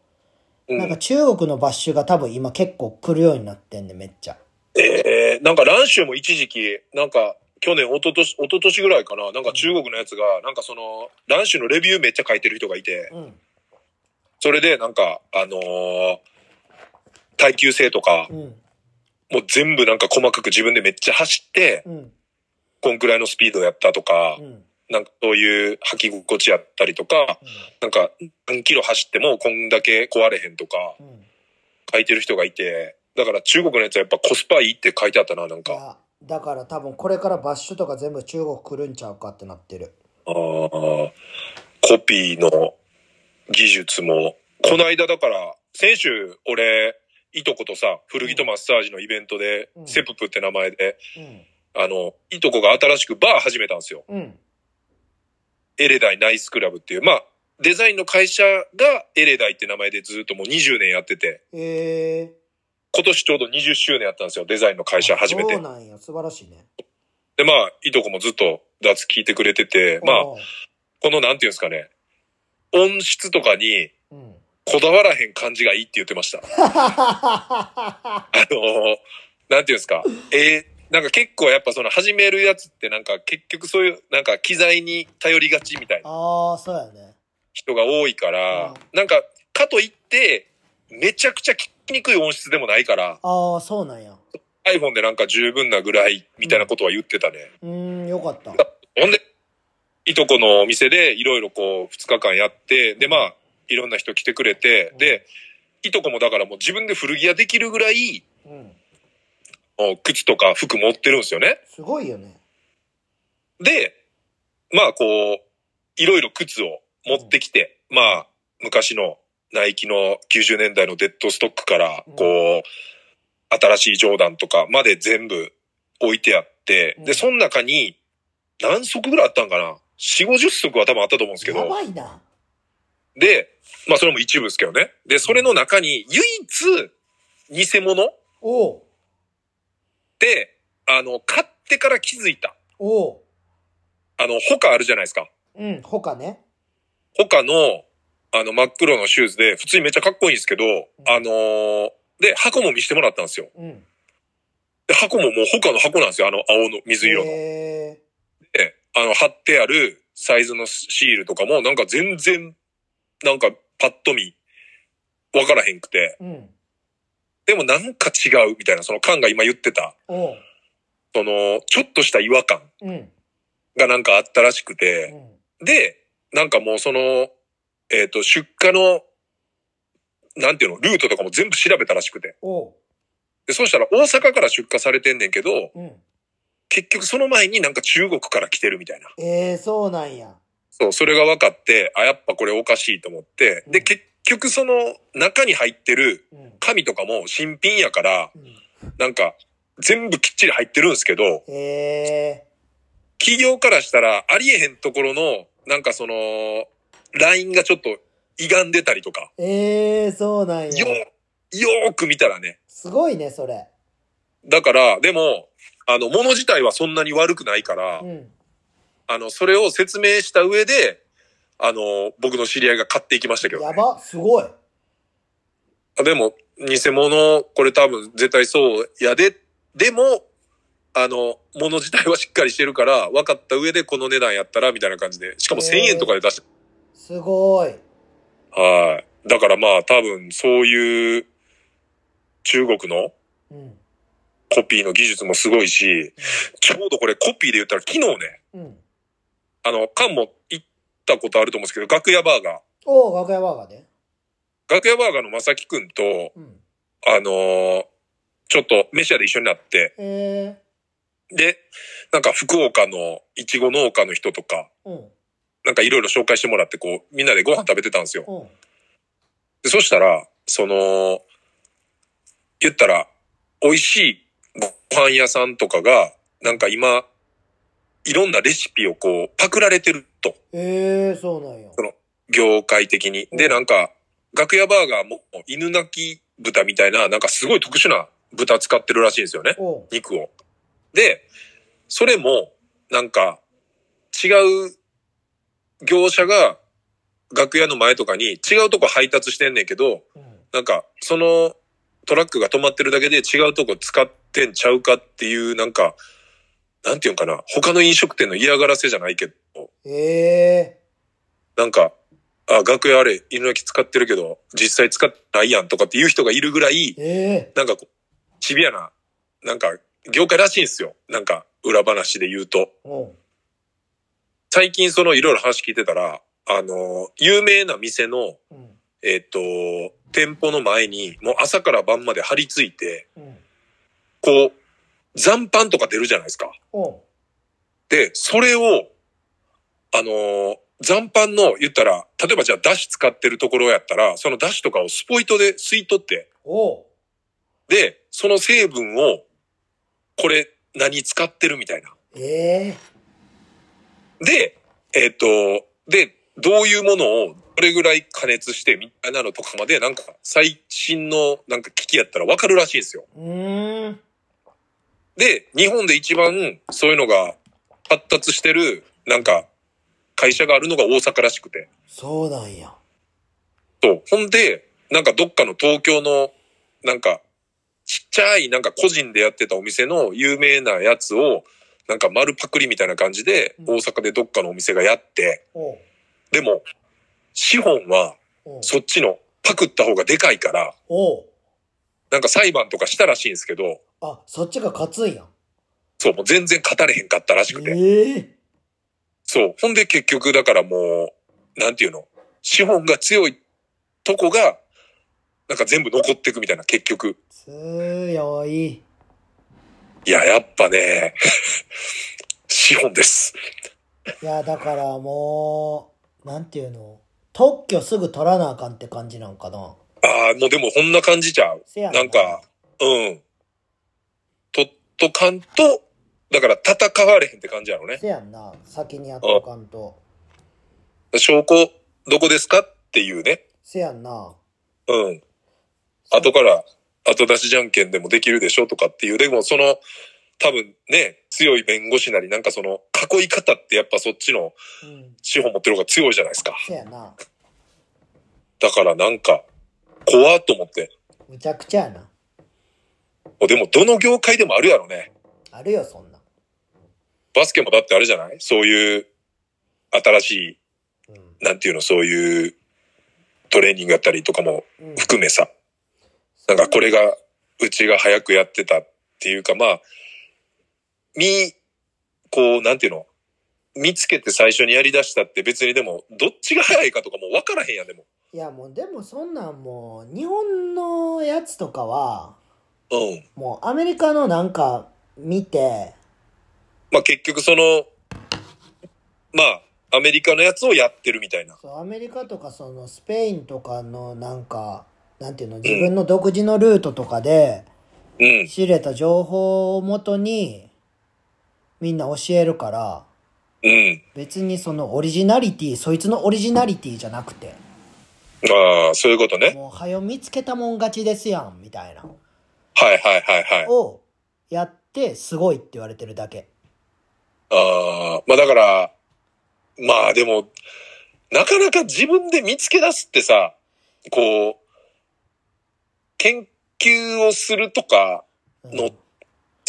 B: うん
A: なんか中国のバッシュが多分今結構来るようになってんね、めっちゃ。
B: ええなんか蘭州も一時期、なんか、去年、一昨年、一昨年ぐらいかな、なんか中国のやつが、なんかその、蘭州のレビューめっちゃ書いてる人がいて、
A: うん。
B: それでなんか、あのー耐久性とか
A: う、ん。
B: もう全部なんか細かく自分でめっちゃ走って、
A: うん。
B: こんくらいのスピードやったとか
A: う、ん。
B: なんかそういう履き心地やったりとか、なんか何キロ走ってもこんだけ壊れへんとか
A: うん。うん。
B: 書いてる人がいて、だから中国のやつはやっぱコスパいいって書いてあったな、なん
A: い
B: か。
A: や、だから多分これからバッシュとか全部中国来るんちゃうかってなってる。
B: あーコピーの技術も、この間だから、先週俺、いとことさ、古着とマッサージのイベントで、
A: うん
B: セププって名前で、
A: うん。
B: あの、いとこが新しくバー始めたんですよ。
A: うん。
B: エレダイナイスクラブっていう、まあ、デザインの会社がエレダイって名前でずっともう20年やってて、
A: ええ
B: 今年ちょうど20周年やったんですよ、デザインの会社初め
A: そ
B: て
A: う。なんや、素晴らしいね。
B: で、まあ、いとこもずっと脱聞いてくれてて、まあ、
A: おう
B: このなんていうんですかね、音質とかに
A: うん。
B: こだわらへん感じがいいって言ってました。 あのーなんていうんですか、えーなんか結構やっぱその始めるやつってなんか結局そういうなんか機材に頼りがちみたいな
A: ああ、そうやね。
B: 人が多いから、なんかかといってめちゃくちゃ聞きにくい音質でもないから
A: ああ、そうなんや。
B: iPhone でなんか十分なぐらいみたいなことは言ってたね。
A: うーん、よかった。
B: ほんで、いとこのお店でいろいろこう2日間やって、でまあいろんな人来てくれて、で、いとこもだからもう自分で古着屋できるぐらい、
A: うん。
B: もう靴とか服持ってるんですよね。
A: すごいよね。
B: で、まあこう、いろいろ靴を持ってきて、まあ昔のナイキの90年代のデッドストックから
A: うん、
B: こう、新しいジョーダンとかまで全部置いてあって、
A: うん
B: で、その中に何足ぐらいあったんかな ?4、50足は多分あったと思うんですけ
A: や
B: ど、
A: ばいな。
B: で、まあそれも一部ですけどね。で、それの中に唯一偽物っ
A: おう
B: て、あの、買ってから気づいた。
A: おう
B: あの、他あるじゃないですか。
A: うん、他ね。
B: 他の、あの、真っ黒のシューズで、普通にめっちゃかっこいいんですけど、あのーで、箱も見せてもらったんですよ。
A: うん。
B: で、箱ももう他の箱なんですよ。あの、青の、水色の。
A: え
B: で、あの、貼ってあるサイズのシールとかも、なんか全然、なんかパッと見、わからへんくて。
A: ー、うん。
B: でもなんか違うみたいな、その缶が今言ってた、
A: おう
B: その、ちょっとした違和感
A: うん。
B: がなんかあったらしく
A: う
B: て、
A: ん。
B: で、なんかもうその、えっ、と、出荷の、なんていうの、ルートとかも全部調べたらしくて。
A: おう
B: で、そうしたら大阪から出荷されてんねんけど、
A: うん。
B: 結局その前になんか中国から来てるみたいな。
A: ええー、そうなんや。
B: そう、それが分かって、あ、やっぱこれおかしいと思って、
A: う
B: で、
A: ん
B: 結局その中に入ってる
A: うん。
B: 紙とかも新品やから、
A: うん、
B: なんか全部きっちり入ってるんですけど、
A: ええ
B: 企業からしたらありえへんところの、なんかその、ラインがちょっと歪んでたりとか、
A: ー、ええー、そうなん
B: よ
A: や。
B: ー、よーく見たらね、
A: すごいね、それ。
B: だから、でも、あの、物自体はそんなに悪くないから、
A: うん。
B: あの、それを説明した上で、あの、僕の知り合いが買っていきましたけど、
A: や
B: ね。
A: ば、すごい。
B: あでも、偽物、これ多分絶対そうやで、でも、あの、物自体はしっかりしてるから、分かった上でこの値段やったら、みたいな感じで。しかも
A: へー
B: 1000円とかで出して
A: すごい。
B: はい。だからまあ多分そういう中国の
A: うん。
B: コピーの技術もすごいし、ちょうどこれコピーで言ったら昨日ね、
A: うん。
B: あの、カンも行ったことあると思うんですけど、楽屋バーガー。
A: おお、楽屋バーガーで。
B: 楽屋バーガーのまさきくんと、
A: うん。
B: あのーちょっとメシャで一緒になって、
A: え
B: で、なんか福岡のいちご農家の人とか、
A: ー、うん。
B: なんかいろいろ紹介してもらって、こう、みんなでご飯食べてたんですよ。
A: うん。
B: でそしたら、その、言ったら、美味しいご飯屋さんとかが、なんか今、いろんなレシピをこう、パクられてると、
A: えー、そうなんや。
B: 業界的に。で、なんか、楽屋バーガーも犬鳴き豚みたいな、なんかすごい特殊な豚使ってるらしいんですよね。
A: おう
B: 肉を。で、それも、なんか、違う業者が楽屋の前とかに違うとこ配達してんねんけど、
A: うん。
B: なんか、そのトラックが止まってるだけで違うとこ使ってんちゃうかっていう、なんか、なんていうんかな、他の飲食店の嫌がらせじゃないけど、
A: え
B: なんか、あ、楽屋あれ、犬焼き使ってるけど、実際使ってないやんとかっていう人がいるぐら
A: ー、、
B: い
A: え
B: なんかこう、シビアな、なんか、業界らしいんですよ。なんか、裏話で言うと。
A: ー、おう
B: 最近そのいろいろ話聞いてたら、あの、有名な店の、
A: うん。
B: えっ、と、店舗の前に、もう朝から晩まで張り付いて、
A: うん。
B: こう、残飯とか出るじゃないですか。
A: おう
B: で、それを、あのー残飯の、言ったら、例えばじゃあ、だし使ってるところやったら、そのだしとかをスポイトで吸い取って、
A: おう
B: で、その成分を、これ、何使ってるみたいな。
A: え
B: で、えっ、と、で、どういうものを、どれぐらい加熱して、みたいなのとかまで、なんか、最新の、なんか機器やったらわかるらしいんですよ。
A: ー、うーん。
B: で、日本で一番そういうのが発達してる、なんか、会社があるのが大阪らしくて。
A: そうなんや。
B: そう。ほんで、なんかどっかの東京の、なんか、ちっちゃい、なんか個人でやってたお店の有名なやつを、なんか丸パクリみたいな感じで、
A: うん
B: 大阪でどっかのお店がやって、
A: おう
B: でも、資本は
A: おう
B: そっちのパクった方がでかいから、
A: おう
B: なんか裁判とかしたらしいんですけど、
A: あ、そっちが勝つんや。
B: そう、もう全然語れへんかったらしくて。
A: ええ
B: そう。ほんで結局、だからもう、なんていうの資本が強いとこが、なんか全部残っていくみたいな、結局。
A: 強い。
B: いや、やっぱね、 資本です。
A: いや、だからもう、なんていうの特許すぐ取らなあかんって感じなんかな。
B: ああ、もうでもこんな感じじゃう。
A: せやろ
B: なんか、うん。とっとかんと、だから戦われへんって感じやろね。
A: せやんな。先にやっとかんと。
B: 証拠、どこですかっていうね。
A: せやんな。
B: うん。後から、後出しじゃんけんでもできるでしょとかっていう。でも、その、多分ね、強い弁護士なり、なんかその、囲い方ってやっぱそっちの
A: うん。
B: 資本持ってる方が強いじゃないですか。
A: せやな。
B: だからなんか、怖っと思って。
A: むちゃくちゃやな。
B: でも、どの業界でもあるやろね。
A: あるよ、そんな。
B: バスケもだってあれじゃないそういう、新し
A: うん。
B: い、なんていうの、そういう、トレーニングやったりとかも
A: うん。
B: 含めさ。なんかこれが、うちが早くやってたっていうか、まあ、み、こう、なんていうの見つけて最初にやり出したって別にでも、どっちが早いかとかもう分からへんやん、でも。
A: いや、もう、でもそんなんもう、日本のやつとかは、
B: うん。
A: もうアメリカのなんか見て、
B: まあ結局その、まあ、アメリカのやつをやってるみたいな。
A: そうアメリカとかそのスペインとかのなんかなんていうの自分の独自のルートとかで
B: うん。
A: 仕入れた情報をもとにみんな教えるから
B: うん。
A: 別にそのオリジナリティそいつのオリジナリティじゃなくて
B: まあ、そういうことね。
A: もう早よ見つけたもん勝ちですやんみたいな
B: はいはいはいはい。
A: をやって、すごいって言われてるだけ。
B: ああ、まあだから、まあでも、なかなか自分で見つけ出すってさ、こう、研究をするとか、
A: うん
B: の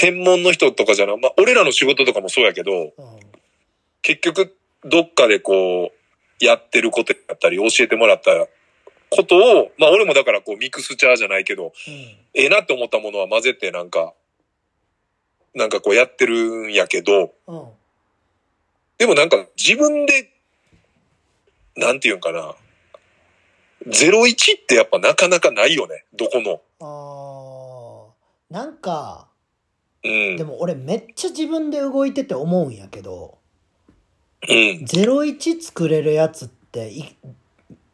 B: 専門の人とかじゃなまあ俺らの仕事とかもそうやけど、
A: うん
B: 結局、どっかでこう、やってることやったり、教えてもらったことを、まあ俺もだからこう、ミクスチャーじゃないけど、ええなって思ったものは混ぜてなんか、なんかこうやってるんやけど、
A: うん。うん。
B: でもなんか自分で、なんていうんかな。01ってやっぱなかなかないよね。どこの。
A: あーなんか、
B: うん。
A: でも俺めっちゃ自分で動いてて思うんやけど、
B: うん。
A: 01作れるやつってい、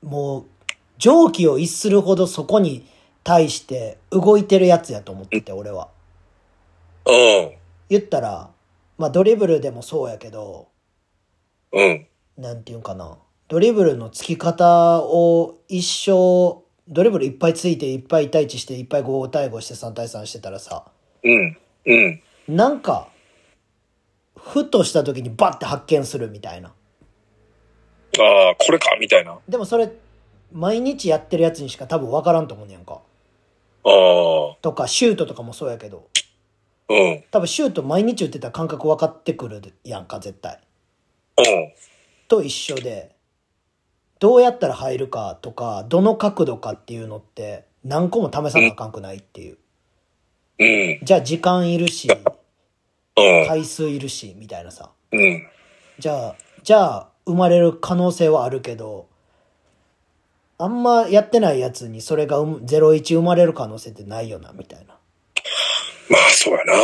A: もう、蒸気を逸するほどそこに対して動いてるやつやと思ってて、俺は。
B: うん。
A: 言ったら、まあドリブルでもそうやけど、
B: うん。
A: なんていうんかな。ドリブルのつき方を一生、ドリブルいっぱいついて、いっぱい1対1して、いっぱい5対5して3対3してたらさ、
B: うん。うん。
A: なんか、ふとした時にバッて発見するみたいな。
B: ああ、これかみたいな。あ
A: でもそれ、毎日やってるやつにしか多分分からんと思うねやんか。
B: あ。
A: とか、シュートとかもそうやけど、
B: うん。
A: 多分シュート毎日打ってたら感覚分かってくるやんか、絶対。
B: うん。
A: と一緒で、どうやったら入るかとか、どの角度かっていうのって、何個も試さなあかんくないっていう。
B: うん。
A: じゃあ時間いるし、
B: うん。
A: 回数いるし、みたいなさ。
B: うん。
A: じゃあ、じゃあ、生まれる可能性はあるけど、あんまやってないやつにそれがうん01生まれる可能性ってないよな、みたいな。
B: まあ、そうやな。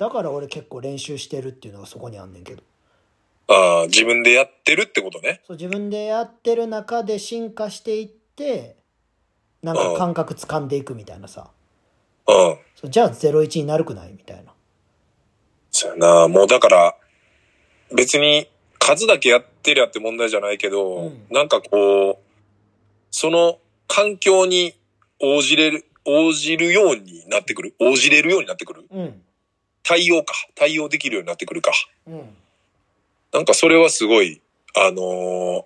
A: だから俺結構練習してるっていうのがそこにあんねんけど。
B: ああ、自分でやってるってことね。
A: そう、自分でやってる中で進化していって、なんか感覚掴んでいくみたいなさ。
B: うん。
A: そうじゃあ01になるくないみたいな。
B: そうやな。もうだから、別に数だけやってりゃって問題じゃないけど、
A: うん
B: なんかこう、その環境に応じれる、応じるようになってくる。応じれるようになってくる。
A: うん。
B: 対応か。対応できるようになってくるか。
A: うん。
B: なんかそれはすごい、あのー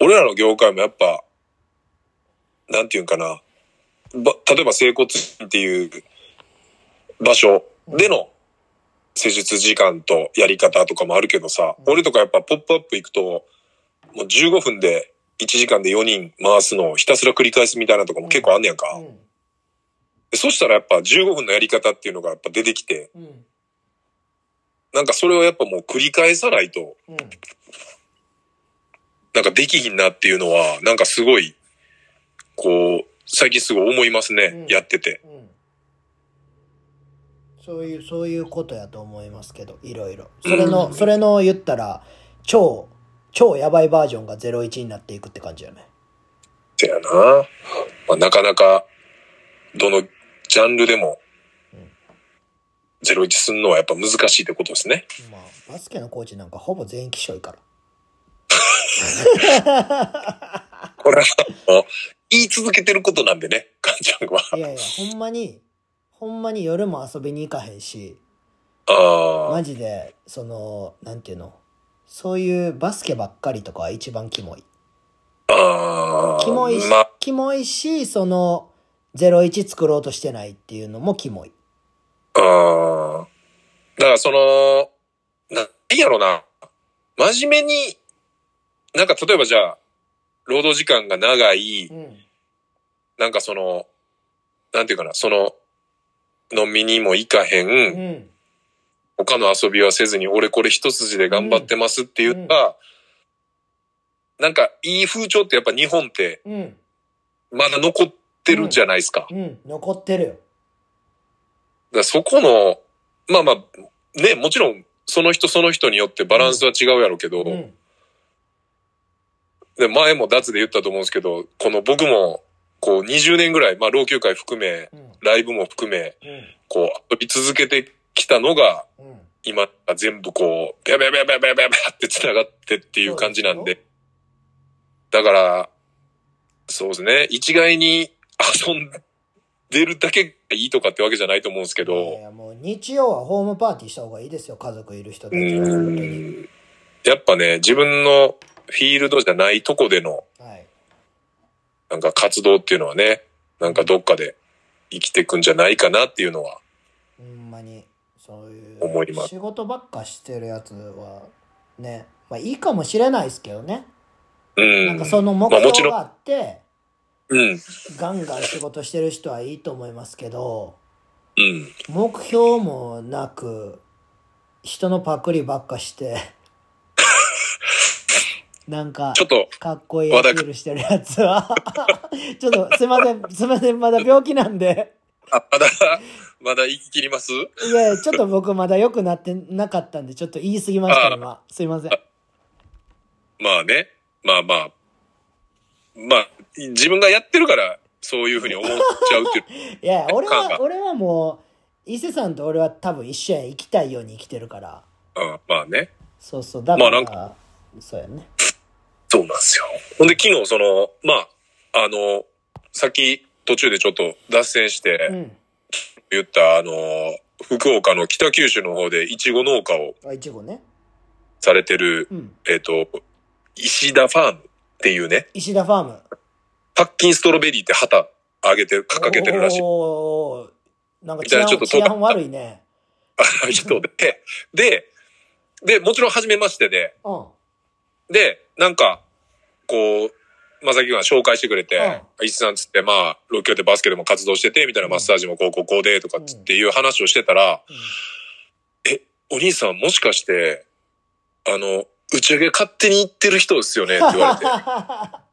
B: 俺らの業界もやっぱ、なんていうんかな。ば、例えば整骨院っていう場所での施術時間とやり方とかもあるけどさ、
A: うん
B: 俺とかやっぱポップアップ行くと、もう15分で1時間で4人回すのをひたすら繰り返すみたいなとかも結構あんねやんか。
A: うん。
B: でそしたらやっぱ15分のやり方っていうのがやっぱ出てきて、
A: うん。
B: なんかそれをやっぱもう繰り返さないと、
A: うん。
B: なんかできひんなっていうのは、なんかすごい、こう、最近すごい思いますね。
A: うん
B: やってて。
A: うんそういう、そういうことやと思いますけど、いろいろ。それの、
B: うん
A: それの言ったら、超、超やばいバージョンが01になっていくって感じよね。
B: てやな。まあ、なかなか、どのジャンルでも
A: うん、
B: ゼロイチすんのはやっぱ難しいってことですね。
A: まあ、バスケのコーチなんかほぼ全員気象いから。
B: これは、もう言い続けてることなんでね、かんちゃんは。
A: いやいや、ほんまに、ほんまに夜も遊びに行かへんし、
B: ああ、
A: マジで、その、なんていうの、そういうバスケばっかりとかは一番キモい。
B: ああ、
A: キモいし、
B: まあ、
A: キモいし、その、01作ろうとしてないっていうのもキモい。
B: ああ。だからその、なんやろな。真面目に、なんか例えばじゃあ、労働時間が長い、
A: ん。
B: なんかその、なんていうかな、その、飲みにも行かへ、
A: うんん。
B: 他の遊びはせずに、俺これ一筋で頑張ってますって言った、なんかいい風潮ってやっぱ日本って
A: うん。
B: まだ残ってるじゃないですか。
A: うん。残ってるよ。
B: だからそこの、まあまあ、ね、もちろん、その人その人によってバランスは違うやろうけど、
A: うん。
B: で前も脱で言ったと思うんですけど、この僕も、こう20年ぐらい、まあ老朽会含め、
A: うん。
B: ライブも含め、
A: うん。
B: こう、遊び続けてきたのが、
A: うん。
B: 今、全部こう、ビャビャビャビャビャビャビャって繋がってっていう感じなんで、だから、そうですね、一概に遊んでるだけいいとかってわけじゃないと思うんですけ
A: いやい
B: ど、
A: やもう日曜はホームパーティーした方がいいですよ、家族いる人た
B: う
A: ちは。本当に
B: ん。やっぱね、自分のフィールドじゃないとこでの、
A: はい。
B: なんか活動っていうのはね、なんかどっかで生きていくんじゃないかなっていうのは、
A: ほんまに、そうい
B: 思いま
A: う、
B: す
A: 仕事ばっかしてるやつは、ね、まあいいかもしれないですけどね。
B: うん。
A: なんかその目
B: まあもち
A: 標
B: ろん
A: があって、
B: うん。
A: ガンガン仕事してる人はいいと思いますけど、
B: うん。
A: 目標もなく、人のパクリばっか して、なんか、
B: ちょっと、
A: かっこいいアピールしてるやつは。 ちょっと、すいません、すいません、まだ病気なんで。
B: あまだ、 まだ言い切ります
A: いやいや、ちょっと僕まだ良くなってなかったんで、ちょっと言い過ぎました、今。すいません。
B: まあね。まあまあ。まあ、自分がやってるから、そういうふうに思っちゃうっ ていう。
A: いやいや、俺
B: 感
A: は、
B: が
A: 俺はもう、伊勢さんと俺は多分一緒やん生きたいように生きてるから。
B: うん、まあね。
A: そうそう、だから、
B: まあなん
A: そうやね。
B: そうなんですよ。ほんで、昨日、その、まあ、あの、さっき途中でちょっと脱線して
A: うん。
B: 言った、あの、福岡の北九州の方でイチゴ農家を
A: あ、いちごね。
B: されてる、
A: うん。
B: えっ、と、石田ファームっていうね、
A: 石田ファーム。
B: パッキンストロベリーって旗上げて、掲げてるら しい。
A: おーなんか
B: み
A: 治
B: たい
A: 安
B: なちょっと
A: 治安悪いね。
B: 人で、で、で、もちろん初めましてで、
A: うん。うん。
B: で、なんか、こう、まさきが紹介してくれて、伊勢さんつって、まあ、ロキオでバスケでも活動してて、みたいなマッサージもこう、こう、こうで、とかつっていう話をしてたら、え、お兄さんもしかして、あの、打ち上げ勝手に行ってる人ですよね って言われ て、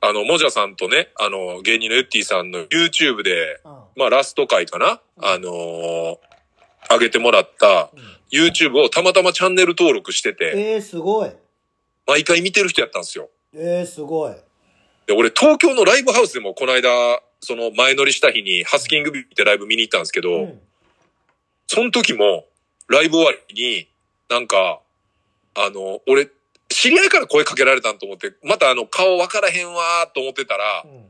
B: あの、もじゃさんとね、あの、芸人のエッティさんの YouTube で、
A: うん。
B: まあ、ラスト回かな、あのー上げてもらった
A: うん
B: YouTube をたまたまチャンネル登録してて、
A: えー、すごい。
B: 毎回見てる人やったんですよ。
A: えー、すごい。
B: で、俺東京のライブハウスでもこの間、その前乗りした日にハスキングビューってライブ見に行ったんですけど、
A: うん。
B: その時もライブ終わりになんか、あの、俺、知り合いから声かけられたんと思って、またあの顔わからへんわーと思ってたら
A: う、ん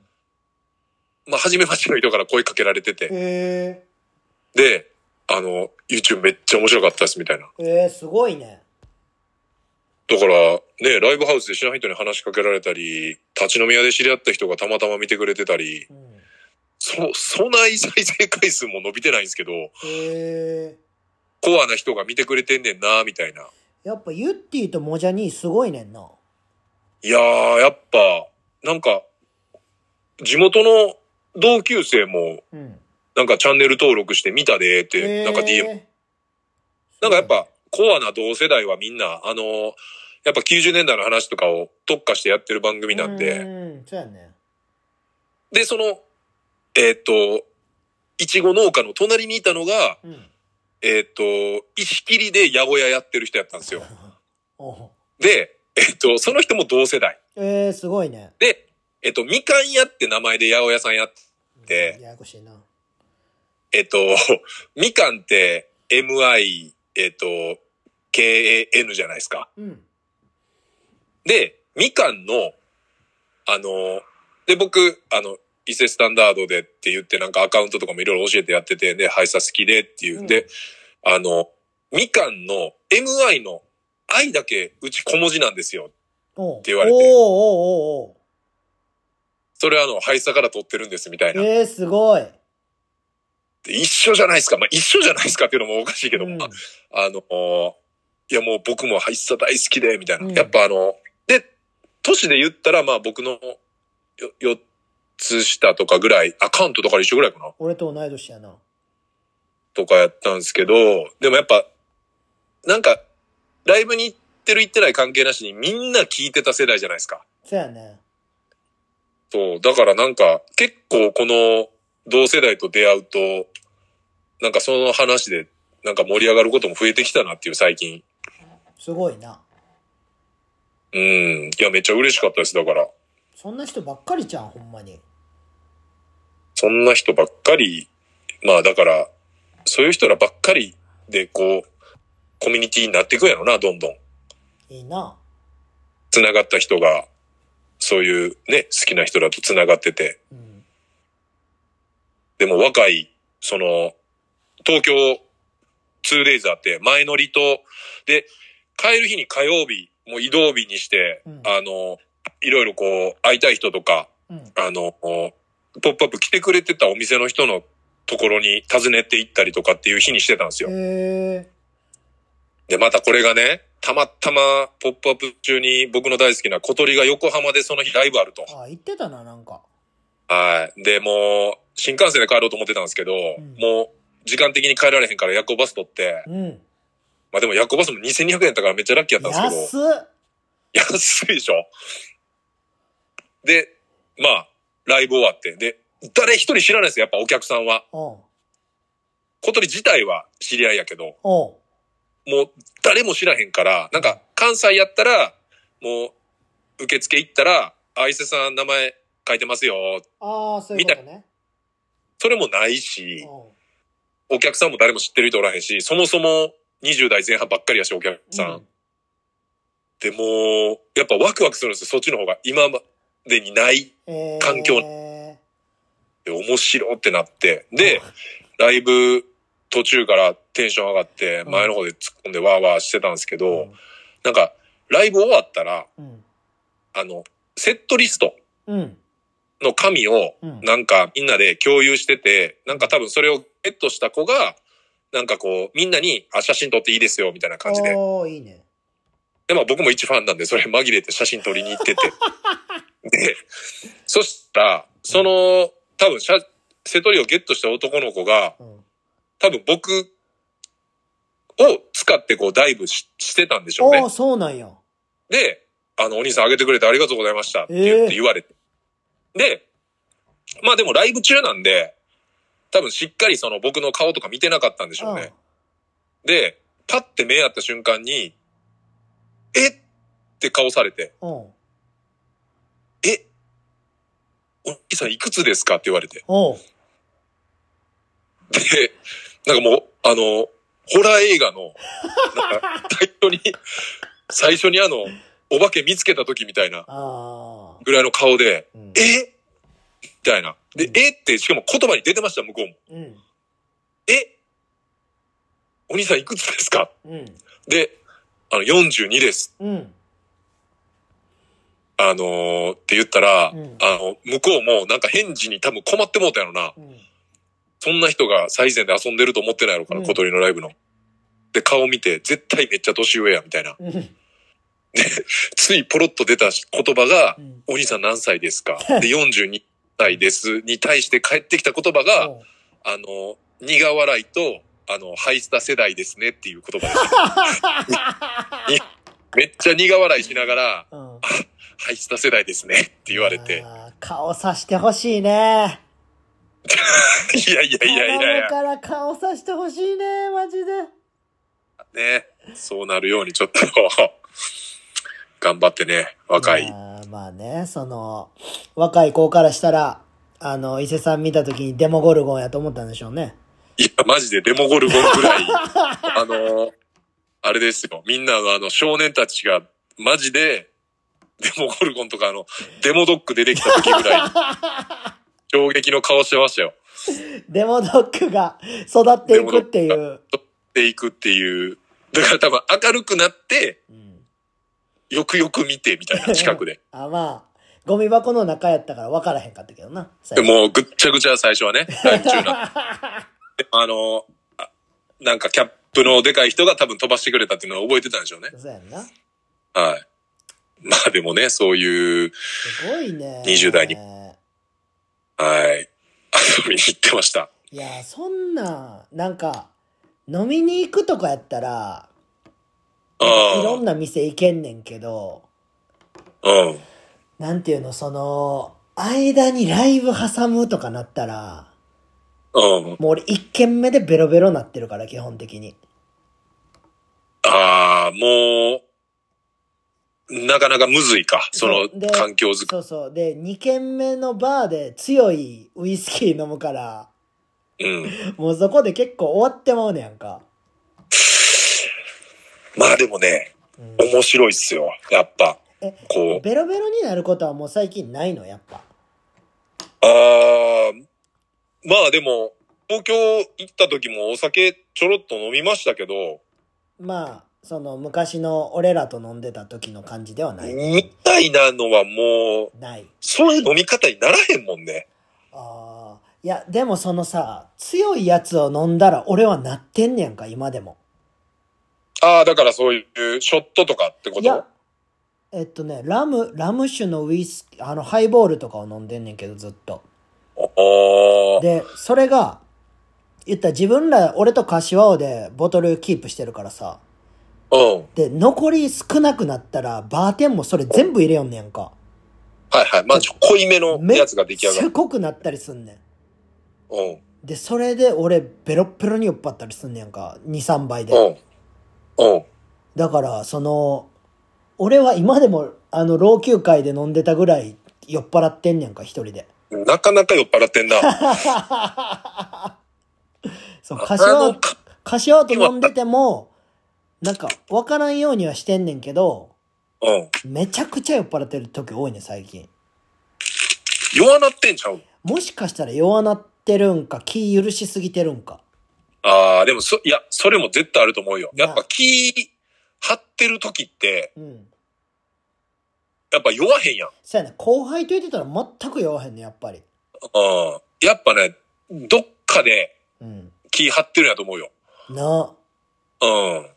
B: まあ、初めましての人から声かけられてて、
A: え
B: で、あの、YouTube めっちゃ面白かったですみたいな。
A: ー、えー、すごいね。
B: だから、ね、ライブハウスで知らない人に話しかけられたり、立ち飲み屋で知り合った人がたまたま見てくれてたり、
A: うん、
B: そ、そんな再生回数も伸びてないんですけど、
A: え
B: コアな人が見てくれてんねんな、みたいな。
A: ー、やっぱユッティとモジャニーすごいねんな。
B: いやー、やっぱ、なんか、地元の同級生も、
A: うん。
B: なんかチャンネル登録して見たでーって、なんか DM。なんかやっぱ、コアな同世代はみんな、あのーやっぱ90年代の話とかを特化してやってる番組なんで、
A: うん、そうやね。
B: で、その、えーっと、いちご農家の隣にいたのが、
A: うん。
B: えーっと、石切りで八百屋やってる人やったんですよ。
A: おう
B: で、えーっと、その人も同世代。
A: えー、すごいね。
B: で、えっと、みかん屋って名前で八百屋さんやっで
A: うんややこしいな。
B: えっと、みかんって、mi、えっと、kan じゃないですか。
A: うん。
B: で、みかんの、あの、で、僕、あの、伊勢スタンダードでって言って、なんかアカウントとかもいろいろ教えてやってて、で、配差好きでっていうんで、あの、みかんの mi の i だけうち小文字なんですよ。
A: おう
B: て言われて
A: おうおうおう
B: それあの、配差から取ってるんですみたい
A: お
B: な
A: う。えー、すごい。
B: 一緒じゃないですか。まあ、一緒じゃないですかっていうのもおかしいけど、
A: うん
B: まああの、いやもう僕もハイッサ大好きで、みたいな。
A: うん
B: やっぱあの、で、都市で言ったら、まあ僕のよ4つ下とかぐらい、あ、関東とかで一緒ぐらいかな
A: 俺と同い年やな。
B: とかやったんですけど、でもやっぱ、なんか、ライブに行ってる行ってない関係なしにみんな聞いてた世代じゃないですか。
A: そうやね。
B: そう、だからなんか、結構この同世代と出会うと、なんかその話で、なんか盛り上がることも増えてきたなっていう最近。
A: すごいな。
B: うん。いや、めっちゃ嬉しかったです。だから、
A: そんな人ばっかりじゃん、ほんまに。
B: そんな人ばっかり、まあだから、そういう人らばっかりで、こう、コミュニティになっていくんやろな、どんどん。
A: いいな。
B: 繋がった人が、そういうね、好きな人らと繋がってて。
A: うん。
B: でも若いその、東京 2days あって、前乗りと、で、帰る日に火曜日、もう移動日にして、
A: うん
B: あの、いろいろこう、会いたい人とか、
A: うん。
B: あの、ポップアップ来てくれてたお店の人のところに訪ねて行ったりとかっていう日にしてたんですよ。
A: え
B: で、またこれがね、たまたま、ポップアップ中に僕の大好きな小鳥が横浜でその日ライブあると。
A: ー、あ、言ってたな、なんか。
B: はい。で、もう、新幹線で帰ろうと思ってたんですけど、
A: ん
B: もう、時間的に帰られへんから夜行バス取って、
A: うん。
B: まあでも夜行バスも2200円だったからめっちゃラッキーやったんです
A: 安っ
B: けど、 安いでしょで、まあ、ライブ終わって、で、誰一人知らないですよ、やっぱお客さんは。
A: おう
B: 小鳥自体は知り合いやけど、
A: おう
B: もう誰も知らへんから、なんか関西やったら、もう受付行ったら、あいせさん名前書いてますよ。
A: ああ、そういうことね。
B: それもないし、
A: おう
B: お客さんも誰も知ってる人おらへんし、そもそも20代前半ばっかりやし、お客さん。
A: うん
B: でもう、やっぱワクワクするんですよ。そっちの方が今までにない、
A: えー、
B: 環境面白ってなって。で、ライブ途中からテンション上がって、
A: うん
B: 前の方で突っ込んでワーワーしてたんですけ
A: う
B: ど、
A: ん、
B: なんか、ライブ終わったら、
A: うん。
B: あの、セットリスト
A: うん。
B: の紙を、
A: うん。
B: なんかみんなで共有してて、なんか多分それをゲットした子が、なんかこう、みんなに、あ、写真撮っていいですよ、みたいな感じで。
A: おー、いいね。
B: で、まあ僕も一ファンなんで、それ紛れて写真撮りに行っ てて。で、そしたら、その、多分写、セトリをゲットした男の子が、
A: うん。
B: 多分僕を使ってこうダイブししてたんでしょう
A: お
B: ね
A: ー、。そうなんや。
B: で、あの、お兄さんあげてくれてありがとうございましたって言って言われて。で、まあでもライブ中なんで、多分しっかりその僕の顔とか見てなかったんでしょうね。で、パッて目合った瞬間に、えって顔されて、
A: うん。うん。
B: えお兄さんいくつですかって言われて。
A: おう。
B: で、なんかもう、あの、ホラー映画の、なんか、最初に、最初にあの、お化け見つけた時みたいな
A: ああ。
B: ぐらいの顔で、
A: うん。
B: えみたいな。で
A: う、ん
B: えって、しかも言葉に出てました、向こうも。
A: うん。
B: えお兄さんいくつですか
A: うん。
B: で、あの、42です。
A: うん。
B: あのー、って言ったら、
A: うん
B: あの、向こうもなんか返事に多分困ってもうたやろな。
A: うん。
B: そんな人が最前で遊んでると思ってないやろから、
A: うん
B: 小鳥のライブの。で、顔見て、絶対めっちゃ年上や、みたいな。
A: うん。
B: ついポロッと出た言葉が
A: う、ん。
B: お兄さん何歳で すかで、42歳です。に対して返ってきた言葉が、
A: おう
B: あの、苦笑いと、あの、ハイスタ世代ですね っていう言葉でした。めっちゃ苦笑いしながら、
A: うん。っ
B: ハイスタ世代ですねって言われて、。
A: 顔さしてほしいね。
B: いやいやいやいや
A: 頼
B: い
A: む
B: や、
A: から顔さしてほしいね、マジで。
B: ね、そうなるようにちょっと、頑張ってね、若い。
A: まあまあね、その、若い子からしたら、あの、伊勢さん見た時にデモゴルゴンやと思ったんでしょうね。
B: いや、マジでデモゴルゴンぐらい、あの、あれですよ、みんなのあの少年たちが、マジで、デモゴルゴンとかあの、デモドッグ出てきた時ぐらい、衝撃の顔してましたよ。
A: デモドッグが育っていくっていう。
B: っていくっていう。だから多分明るくなって、
A: うん
B: よくよく見てみたいな近くで。
A: あ、まあ、ゴミ箱の中やったから分からへんかったけどな。最
B: で
A: 初
B: もうぐっちゃぐちゃ最初 はね、ライブ中 なんで。あの、あなんかキャップのでかい人が多分飛ばしてくれたっていうのは覚えてたんでしょうね。
A: そうやんな。す
B: はい。まあでもね、そういう、
A: ごいね。
B: 20代にはい、遊びに行ってました。
A: いや、そんな、なんか、飲みに行くとかやったら、いろん
B: あ
A: な店行けんねんけど、
B: あ、うん。
A: なんていうの、その、間にライブ挟むとかなったら、
B: うん。
A: もう俺一軒目でベロベロなってるから、基本的に。
B: ああ、もう、なかなかむずいか。その
A: そうで
B: 環境づく
A: そうそう。で、二軒目のバーで強いウイスキー飲むから、
B: うん。
A: もうそこで結構終わってまうねやんか。
B: まあでもね、
A: うん
B: 面白いっすよ。やっぱ
A: え。
B: こう。
A: ベロベロになることはもう最近ないの、やっぱ。
B: あーまあでも、東京行った時もお酒ちょろっと飲みましたけど、
A: まあ、その昔の俺らと飲んでた時の感じではない。
B: みたいなのはもう、
A: ない。
B: そういう飲み方にならへんもんね。
A: ああ。いや、でもそのさ、強いやつを飲んだら俺はなってんねやんか、今でも。
B: ああ、だからそういうショットとかってこ
A: い
B: と
A: や、えっとね、ラム、ラム酒のウイスキー、あの、ハイボールとかを飲んでんねんけど、ずっと。
B: お ー
A: で、それが、言ったら自分ら、俺と柏尾でボトルキープしてるからさ。
B: うん。
A: で、残り少なくなったら、バーテンもそれ全部入れよんねやんか。
B: はいはい。まあ、ちょ濃いめの
A: め
B: やつが出来上が
A: っち
B: る。
A: ゃ濃くなったりすんねん。
B: うん。
A: で、それで俺、ベロッベロに酔っ張ったりすんねやんか。2、3倍
B: う
A: で。
B: ん。うん。
A: だから、その、俺は今でも、あの、老朽会で飲んでたぐらい酔っ払ってんねやんか、一人で。
B: なかなか酔っ払ってんな。あ
A: そう、
B: の
A: 柏、、柏と飲んでても、なんか、わからんようにはしてんねんけど、
B: うん。
A: めちゃくちゃ酔っ払ってる時多いね、最近。
B: 弱なってんちゃう
A: もしかしたら弱なってるんか、気許しすぎてるんか。
B: ああ、でもそ、いや、それも絶対あると思うよ。やっ
A: な
B: ぱ気張ってる時って、
A: うん。
B: やっぱ弱へんやん。
A: そうやな、後輩と言ってたら全く弱へんね、やっぱり。
B: うん。やっぱね、どっかで
A: うん。
B: 気張ってるんやと思うよ。
A: なあ。
B: うん。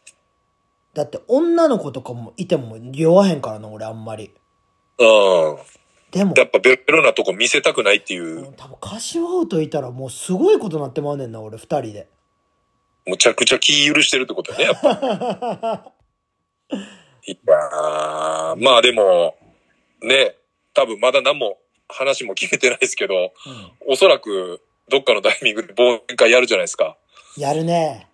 A: だって女の子とかもいても弱へんからな、俺あんまり。
B: うん。
A: でも、
B: やっぱベロベロなとこ見せたくないっていうう、
A: ん多分柏といたらもうすごいことなってまうねんな、俺二人で。
B: むちゃくちゃ気許してるってことよね、やっぱ。いやーまあでも、ね、多分まだ何も話も決めてないですけど、おそらくどっかのタイミングで忘年会やるじゃないですか。
A: やるね。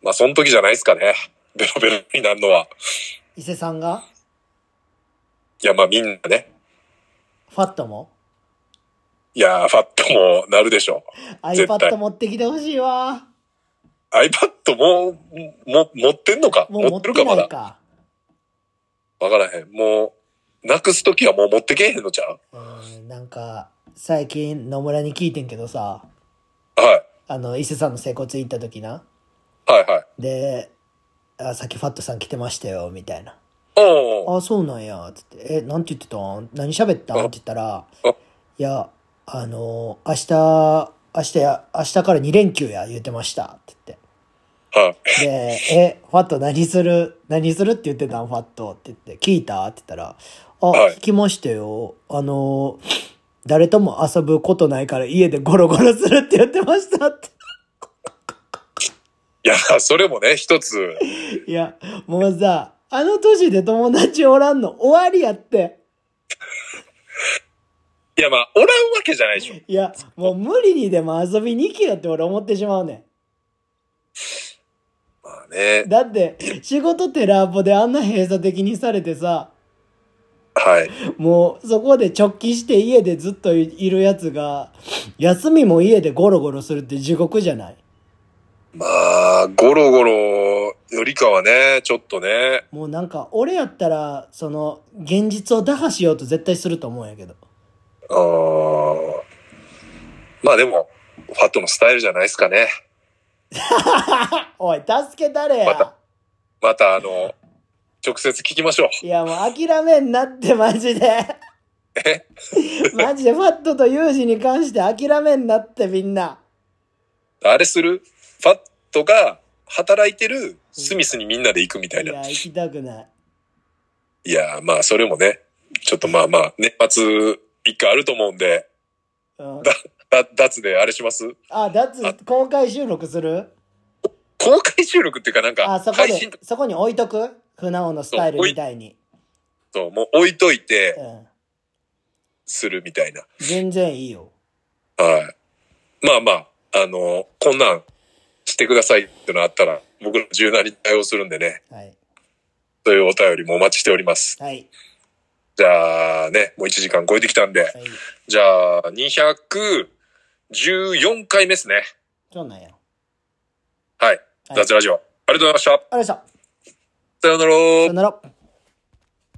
B: まあその時じゃないですかね。ベロベロになるのは。
A: 伊勢さんが
B: いやまあみんなね。
A: ファットも
B: いやーファットもなるでしょ絶対
A: ?iPad 持ってきてほしいわ。
B: う。iPad も、も、持ってんのか
A: もう
B: 持
A: 持
B: っ
A: って
B: る
A: て
B: か
A: な
B: まだ
A: い。か。
B: わからへん。もう、なくす時はもう持ってけえへんのちゃう
A: うん、なんか、最近野村に聞いてんけどさ、
B: はい。
A: あの、伊勢さんの整骨行った時な。
B: はいはい。
A: で、あ、さっきファットさん来てましたよ、みたいな。
B: おー
A: あ、そうなんや、つって、え、なんて言ってたん何喋ったんって言ったら
B: あ、
A: いや、あのー、明日、明日や、明日から2連休や、言ってました、って言っ
B: はい。
A: て。で、え、ファット何する何するって言ってたんファットって言って、聞いたって言ったら、あ、
B: はい
A: 聞きましたよ。あのー、誰とも遊ぶことないから家でゴロゴロするって言ってましたって。
B: いや、それもね、一つ。
A: いや、もうさ、あの年で友達おらんの終わりやって。
B: いや、まあ、おらんわけじゃないでしょ。
A: いや、もう無理にでも遊びに行けよって俺思ってしまうね
B: まあね
A: ん。。だって、仕事テラーポであんな閉鎖的にされてさ、
B: はい。
A: もうそこで直帰して家でずっといるやつが、休みも家でゴロゴロするって地獄じゃない
B: まあ、ゴロゴロよりかはね、ちょっとね。
A: もうなんか、俺やったら、その、現実を打破しようと絶対すると思うんやけど。
B: あーまあでも、ファットのスタイルじゃないですかね。
A: おい、助けたれ
B: また
A: や。
B: また、あの、直接聞きましょう。
A: いや、もう諦めんなって、マジで。マジで、ファットとユージに関して諦めんなって、みんな。
B: あれするファットが働いてるスミスにみんなで行くみたい
A: い
B: な。
A: や、行きたくない。
B: いや、まあ、それもね、ちょっとまあまあ、年末一回あると思うんで、
A: うん、
B: だ、脱であれします
A: あ、だつ公開収録する
B: 公開収録っていうかなん
A: あ、
B: か
A: そ、こ
B: 配
A: で
B: 信、
A: そこに置いとく船尾のスタイルみたいに。
B: ともう置いというて
A: ん。
B: するみたいな。
A: 全然いいよ。
B: はい。まあまあ、あの、こんなんしてくださいってのあったら、僕ら柔軟に対応するんでね、
A: はい。
B: そういうお便りもお待ちしております。
A: はい。
B: じゃあね、もう1時間超えてきたんで、
A: はい。
B: じゃあ、214回目ですね。
A: そうなんや。
B: はい。
A: はい
B: 雑ラジオ。ありがとうございました。
A: ありがとうございました。
B: さようなら
A: さよ。なら。